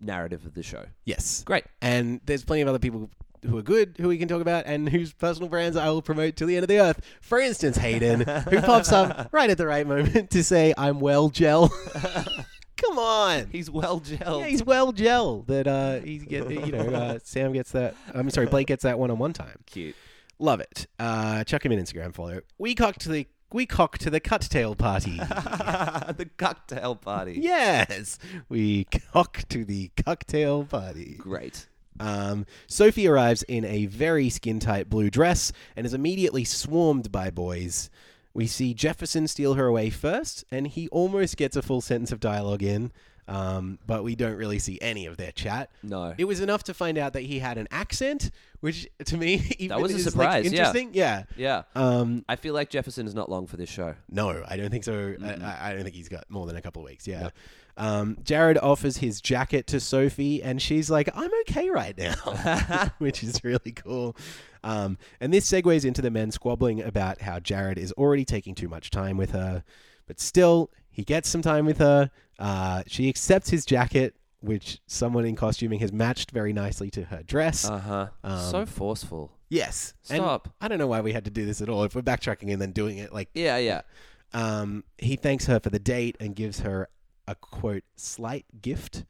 narrative of the show. Yes. Great. And there's plenty of other people who are good who we can talk about and whose personal brands I will promote to the end of the earth. For instance, Hayden, <laughs> who pops up right at the right moment to say, I'm well gel. <laughs> Come on. He's well gelled. Yeah, he's well gel that uh, he get you <laughs> know uh, Sam gets that I'm sorry Blake gets that one on one time. cute. <laughs> Love it. Uh, chuck him an Instagram follow. We cocked to the we cocked to the cuttail <laughs> party. the cocktail party. yes, we cocked to the cocktail party. Great. Um, Sophie arrives in a very skin tight blue dress and is immediately swarmed by boys. We see Jefferson steal her away first, and he almost gets a full sentence of dialogue in, um, but we don't really see any of their chat. No. It was enough to find out that he had an accent, which to me <laughs> even was a is, like, surprise, yeah. interesting, yeah. yeah. Um, I feel like Jefferson is not long for this show. no, I don't think so. I Mm-hmm. I, I don't think he's got more than a couple of weeks. Yeah. Um, Jared offers his jacket to Sophie, and she's like, "I'm okay right <laughs> now," <laughs> which is really cool. Um, and this segues into the men squabbling about how Jared is already taking too much time with her, but still he gets some time with her. Uh, she accepts his jacket, which someone in costuming has matched very nicely to her dress. Uh huh. so Um, forceful. yes. And Stop. I don't know why we had to do this at all. If we're backtracking and then doing it like Yeah, yeah. um, he thanks her for the date and gives her a quote slight gift,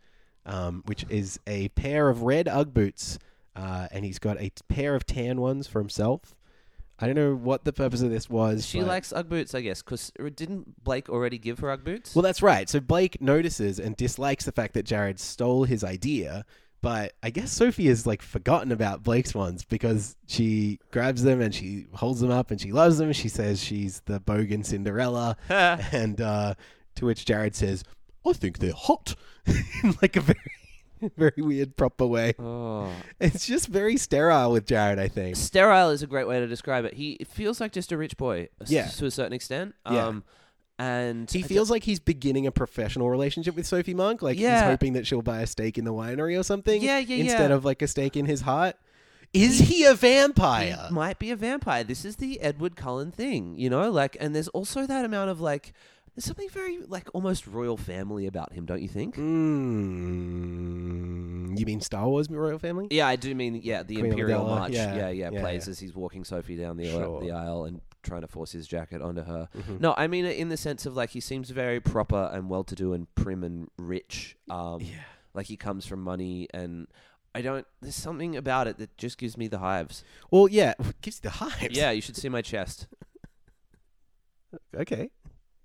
um, which is a pair of red UGG boots, uh, and he's got a t- pair of tan ones for himself. I don't know what the purpose of this was. She but- likes Ugg boots, I guess, because didn't Blake already give her Ugg boots? Well, that's right. So Blake notices and dislikes the fact that Jared stole his idea, but I guess Sophie has like forgotten about Blake's ones because she grabs them and she holds them up and she loves them. She says she's the bogan Cinderella, and uh, to which Jared says, "I think they're hot," <laughs> in like a very, <laughs> very weird proper way. oh. It's just very sterile with Jared. I think. sterile is a great way to describe it. He feels like just a rich boy, s- Yeah. to a certain extent. Yeah. Um, and He feels like he's beginning a professional relationship with Sophie Monk. Like Yeah. he's hoping that shell buy a steak in the winery or something. Yeah, yeah, Instead yeah. of like a steak in his heart. Is he a vampire? might be a vampire. This is the Edward Cullen thing, you know? Like, and there's also that amount of like, there's something very like almost royal family about him, don't you think? Mm, you mean Star Wars Royal Family? Yeah, I do mean yeah, the Queen Imperial Amidala, March. yeah, Yeah, yeah, yeah, plays yeah. as he's walking Sophie down the, Sure. Mm-hmm. the aisle and trying to force his jacket onto her. No, I mean it in the sense of like he seems very proper and well-to-do and prim and rich. Um, like he comes from money and. I don't. There's something about it that just gives me the hives. Well, yeah. Gives you the hives. Yeah, you should see my chest. Okay.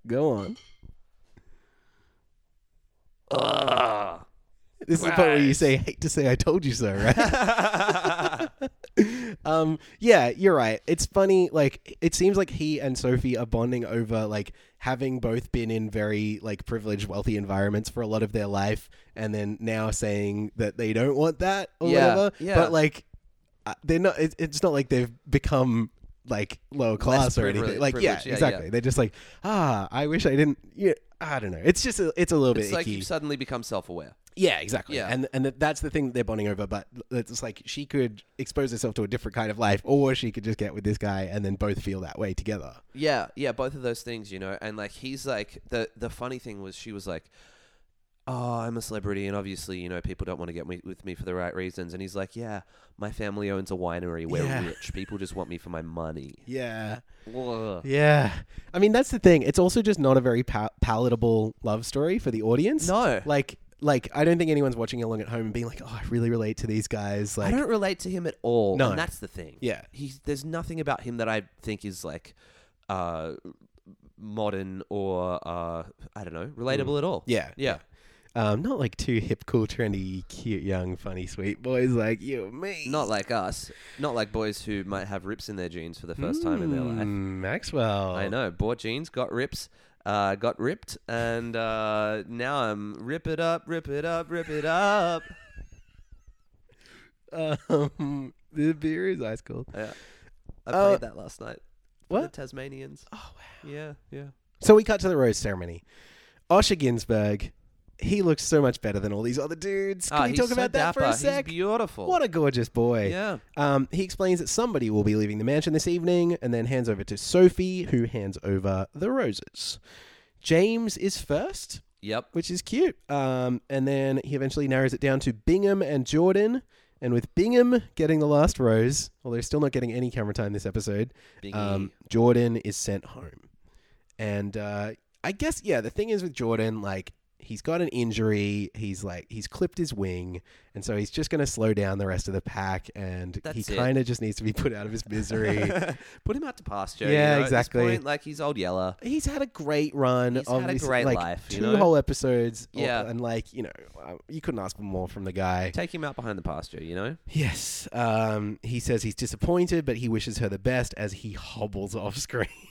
Go on. Ugh. This is the part where you say, hate to say I told you so, right? <laughs> <laughs> um yeah you're right it's funny like it seems like he and sophie are bonding over like having both been in very like privileged wealthy environments for a lot of their life and then now saying that they don't want that or Yeah, whatever yeah. but like uh, they're not it, it's not like they've become like lower class or privilege- anything like yeah, privileged, yeah, exactly yeah. they're just like ah i wish i didn't yeah i don't know it's just a, it's a little It's bit like icky you've suddenly become self-aware. Yeah, exactly. Yeah. And and that's the thing that they're bonding over. But it's like she could expose herself to a different kind of life, or she could just get with this guy and then both feel that way together. Yeah, yeah, both of those things, you know. And like he's like the the funny thing was she was like, "Oh, I'm a celebrity and obviously, you know, people don't want to get me with me for the right reasons." And he's like, "Yeah, my family owns a winery. We're Yeah. rich. People just want me for my money." Yeah. Ugh. Yeah. I mean, that's the thing. It's also just not a very pa- palatable love story for the audience. No. Like, like I don't think anyone's watching along at home and being like, "Oh, I really relate to these guys." I Like, don't relate to him at all. No. and that's the thing. Yeah. he's there's nothing about him that I think is like, uh, modern or uh, I don't know, relatable at all. Mm. yeah, yeah. Um, not like two hip, cool, trendy, cute, young, funny, sweet boys like you and me. Not like us. Not like boys who might have rips in their jeans for the first time in their life. Mm, Maxwell. I know. Bought jeans, got rips, uh, got ripped, and uh, now I'm rip it up, rip it up, rip it <laughs> up. Um, the beer is ice cold. Yeah. I Uh, played that last night. for what? The Tasmanians. Oh wow. Yeah, yeah. So we cut to the rose ceremony. Osher Ginsburg, he looks so much better than all these other dudes. Can Ah, we he's talk so about that dapper. for a sec? He's beautiful. What a gorgeous boy. Yeah. Um, he explains that somebody will be leaving the mansion this evening and then hands over to Sophie, who hands over the roses. James is first, Yep. <laughs> which is cute. Um, and then he eventually narrows it down to Bingham and Jordan. And with Bingham getting the last rose, although still not getting any camera time this episode, Bingy. um, Jordan is sent home. And uh, I guess, yeah, the thing is with Jordan, like, he's got an injury. He's like, he's clipped his wing. And so he's just going to slow down the rest of the pack. And he That's it. kind of just needs to be put out of his misery. <laughs> Put him out to pasture. Yeah, you know, at this exactly. point, like he's old Yeller. he's had a great run. He's had a obviously, great like, life, Two you know? whole episodes. all- Yeah. and like you know, uh, you couldn't ask for more from the guy. Take him out behind the pasture. You know. Yes. Um. He says he's disappointed, but he wishes her the best as he hobbles off screen. <laughs>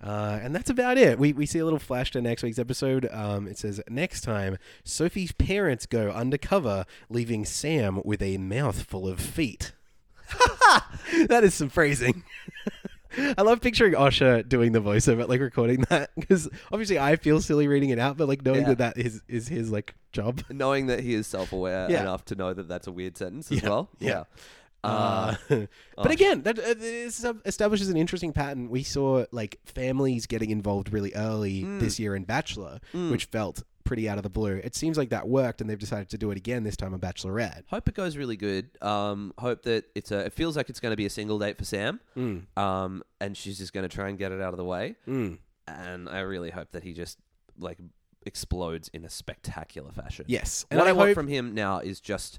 Uh, and that's about it. We, we see a little flash to next week's episode. Um, it says next time Sophie's parents go undercover, leaving Sam with a mouthful of feet. <laughs> that is some phrasing. <laughs> I love picturing Osha doing the voiceover, like recording that, because obviously I feel silly reading it out, but like knowing Yeah. that that is is his like job. Knowing that he is self-aware Yeah. enough to know that that's a weird sentence as Yeah, well. yeah. Uh, Uh, <laughs> <laughs> but again, that uh, this establishes an interesting pattern. We saw like families getting involved really early Hmm. this year in Bachelor, which felt pretty out of the blue. It seems like that worked, and they've decided to do it again this time on Bachelorette. Hope it goes really good. Um, hope that it's a. It feels like it's going to be a single date for Sam. Um, and she's just going to try and get it out of the way. And I really hope that he just like explodes in a spectacular fashion. Yes, what I, want from him now is just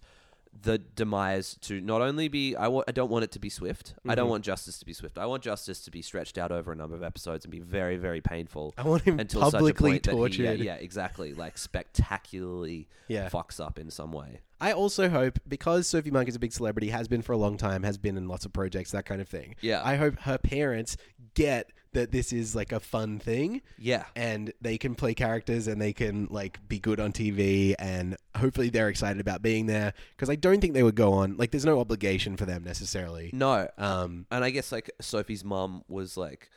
the demise to not only be. I want. I don't want it to be swift. I Mm-hmm. don't want justice to be swift. I want justice to be stretched out over a number of episodes and be very, very painful. I want him until publicly such a point That tortured. he, yeah, yeah, exactly. Like spectacularly Yeah. fucks up in some way. I also hope because Sophie Monk is a big celebrity, has been for a long time, has been in lots of projects, that kind of thing. Yeah. I hope her parents get that this is like a fun thing. Yeah. and they can play characters and they can like be good on TV and hopefully they're excited about being there because I don't think they would go on like there's no obligation for them necessarily. No, Um, and I guess like Sophie's mum was like,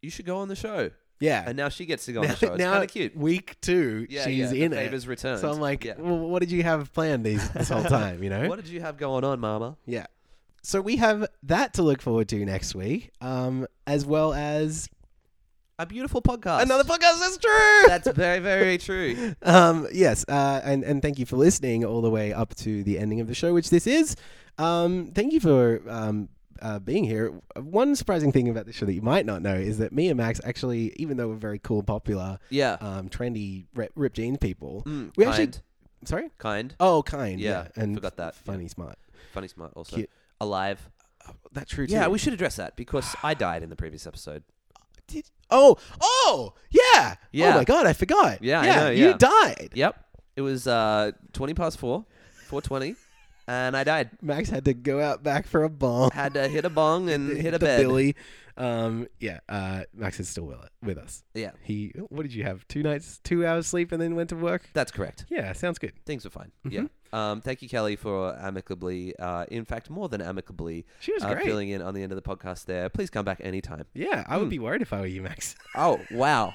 "You should go on the show," yeah. and now she gets to go on <laughs> the show. It's now kind of cute. week two, Yeah, she's yeah, the in favor's it. returned. So I'm like, Yeah. well, what did you have planned these this <laughs> whole time? You know, What did you have going on, Mama? yeah. So we have that to look forward to next week, um, as well as A beautiful podcast. another podcast. That's true. <laughs> That's very, very true. um, yes, uh, and and thank you for listening all the way up to the ending of the show, which this is. Um, thank you for um, uh, being here. One surprising thing about this show that you might not know is that me and Max actually, even though we're very cool, and popular, Yeah. <laughs> um, trendy rip, rip jeans people, Mm, we kind. actually sorry. kind, Oh, kind. Yeah, Yeah, and forgot that, Funny, smart. funny, smart, also Cute. alive. That true. Yeah, too. we should address that <sighs> because I died in the previous episode. Did, oh, oh, yeah. Yeah. Oh my God, I forgot. Yeah, I yeah. know, You yeah. died. Yep, it was uh, twenty past four, four twenty, and I died. Max had to go out back for a bomb. Had to hit a <laughs> bong and hit a the bed. Billy. Um, yeah, uh, Max is still with, with us. Yeah, He, what did you have? Two nights, two hours sleep, and then went <laughs> to work. that's correct. Yeah, sounds good. things were fine. Mm-hmm. Yeah. Um, thank you, Kelly, for amicably, uh, in fact, more than amicably, She was uh, great. filling in on the end of the podcast there. Please come back anytime. <laughs> Yeah, I would be worried if I were you, Max. Oh, wow.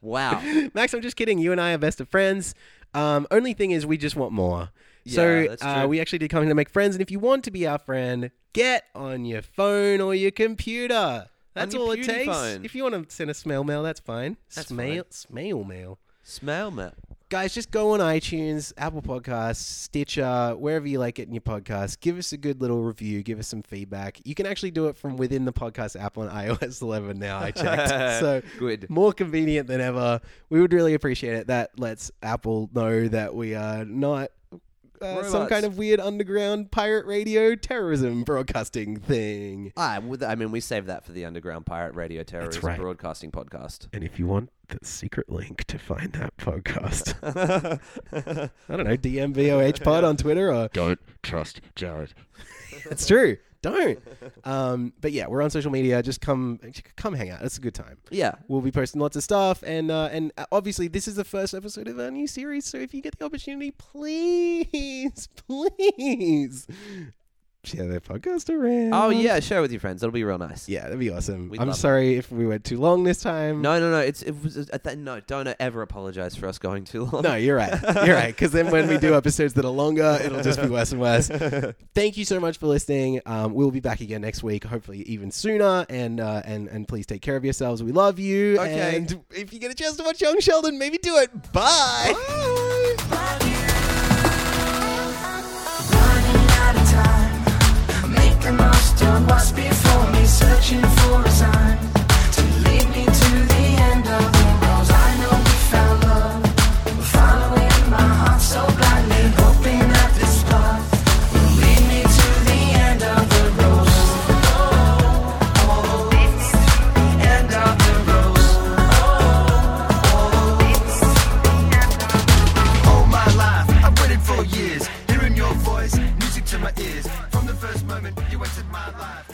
Wow. <laughs> Max, I'm just kidding. You and I are best of friends. Um, only thing is, we just want more. so Yeah, that's uh, true. we actually did coming to make friends, and if you want to be our friend, get on your phone or your computer. That's your all it pewdie takes. phone. If you want to send us snail mail, that's fine. That's Smail, smail mail. Smell map. Guys, just go on iTunes, Apple Podcasts, Stitcher, wherever you like it in your podcast. Give us a good little review. Give us some feedback. You can actually do it from within the podcast app on <laughs> iOS 11 now, <laughs> I checked. <laughs> so Good. more convenient than ever. We would really appreciate it. That lets Apple know that we are not uh, some Robots. kind of weird underground pirate radio terrorism broadcasting thing. Ah, with- I mean, we saved that for the Underground Pirate Radio Terrorism right. Broadcasting <laughs> Podcast. And if you want the secret link to find that <laughs> podcast, I don't know, DM VOH pod on Twitter or Don't trust Jared. It's true. Don't. Um, but yeah, we're on social media. Just come, come hang out. It's a good time. Yeah. We'll be posting lots of stuff, and uh, and obviously this is the first episode of our new series. So if you get the opportunity, please, <laughs> please share the podcast around. Oh, yeah, share with your friends. It'll be real nice. Um, yeah, that'd be awesome. We'd I'm love it. sorry if we went too long this time. No, no, no. It's it was uh, th- no. Don't ever apologize for us going too long. No, you're right. You're right. Because then when we do episodes that are longer, it'll just be worse <laughs> and worse. Thank you so much for listening. Um, we'll be back again next week, hopefully even sooner. And uh, and and please take care of yourselves. We love you. <laughs> Okay. And if you get a chance to watch Young Sheldon, maybe do it. Bye. Running out of time, make the most of what's before me. Searching for a sign to lead me to the end of the road. I know we found love, following my heart so blindly, hoping that this path will lead me to the end of the Oh, road. oh, End of the road. All my life, I've waited for years. Hearing your voice, music to my ears. From the first moment you entered my life.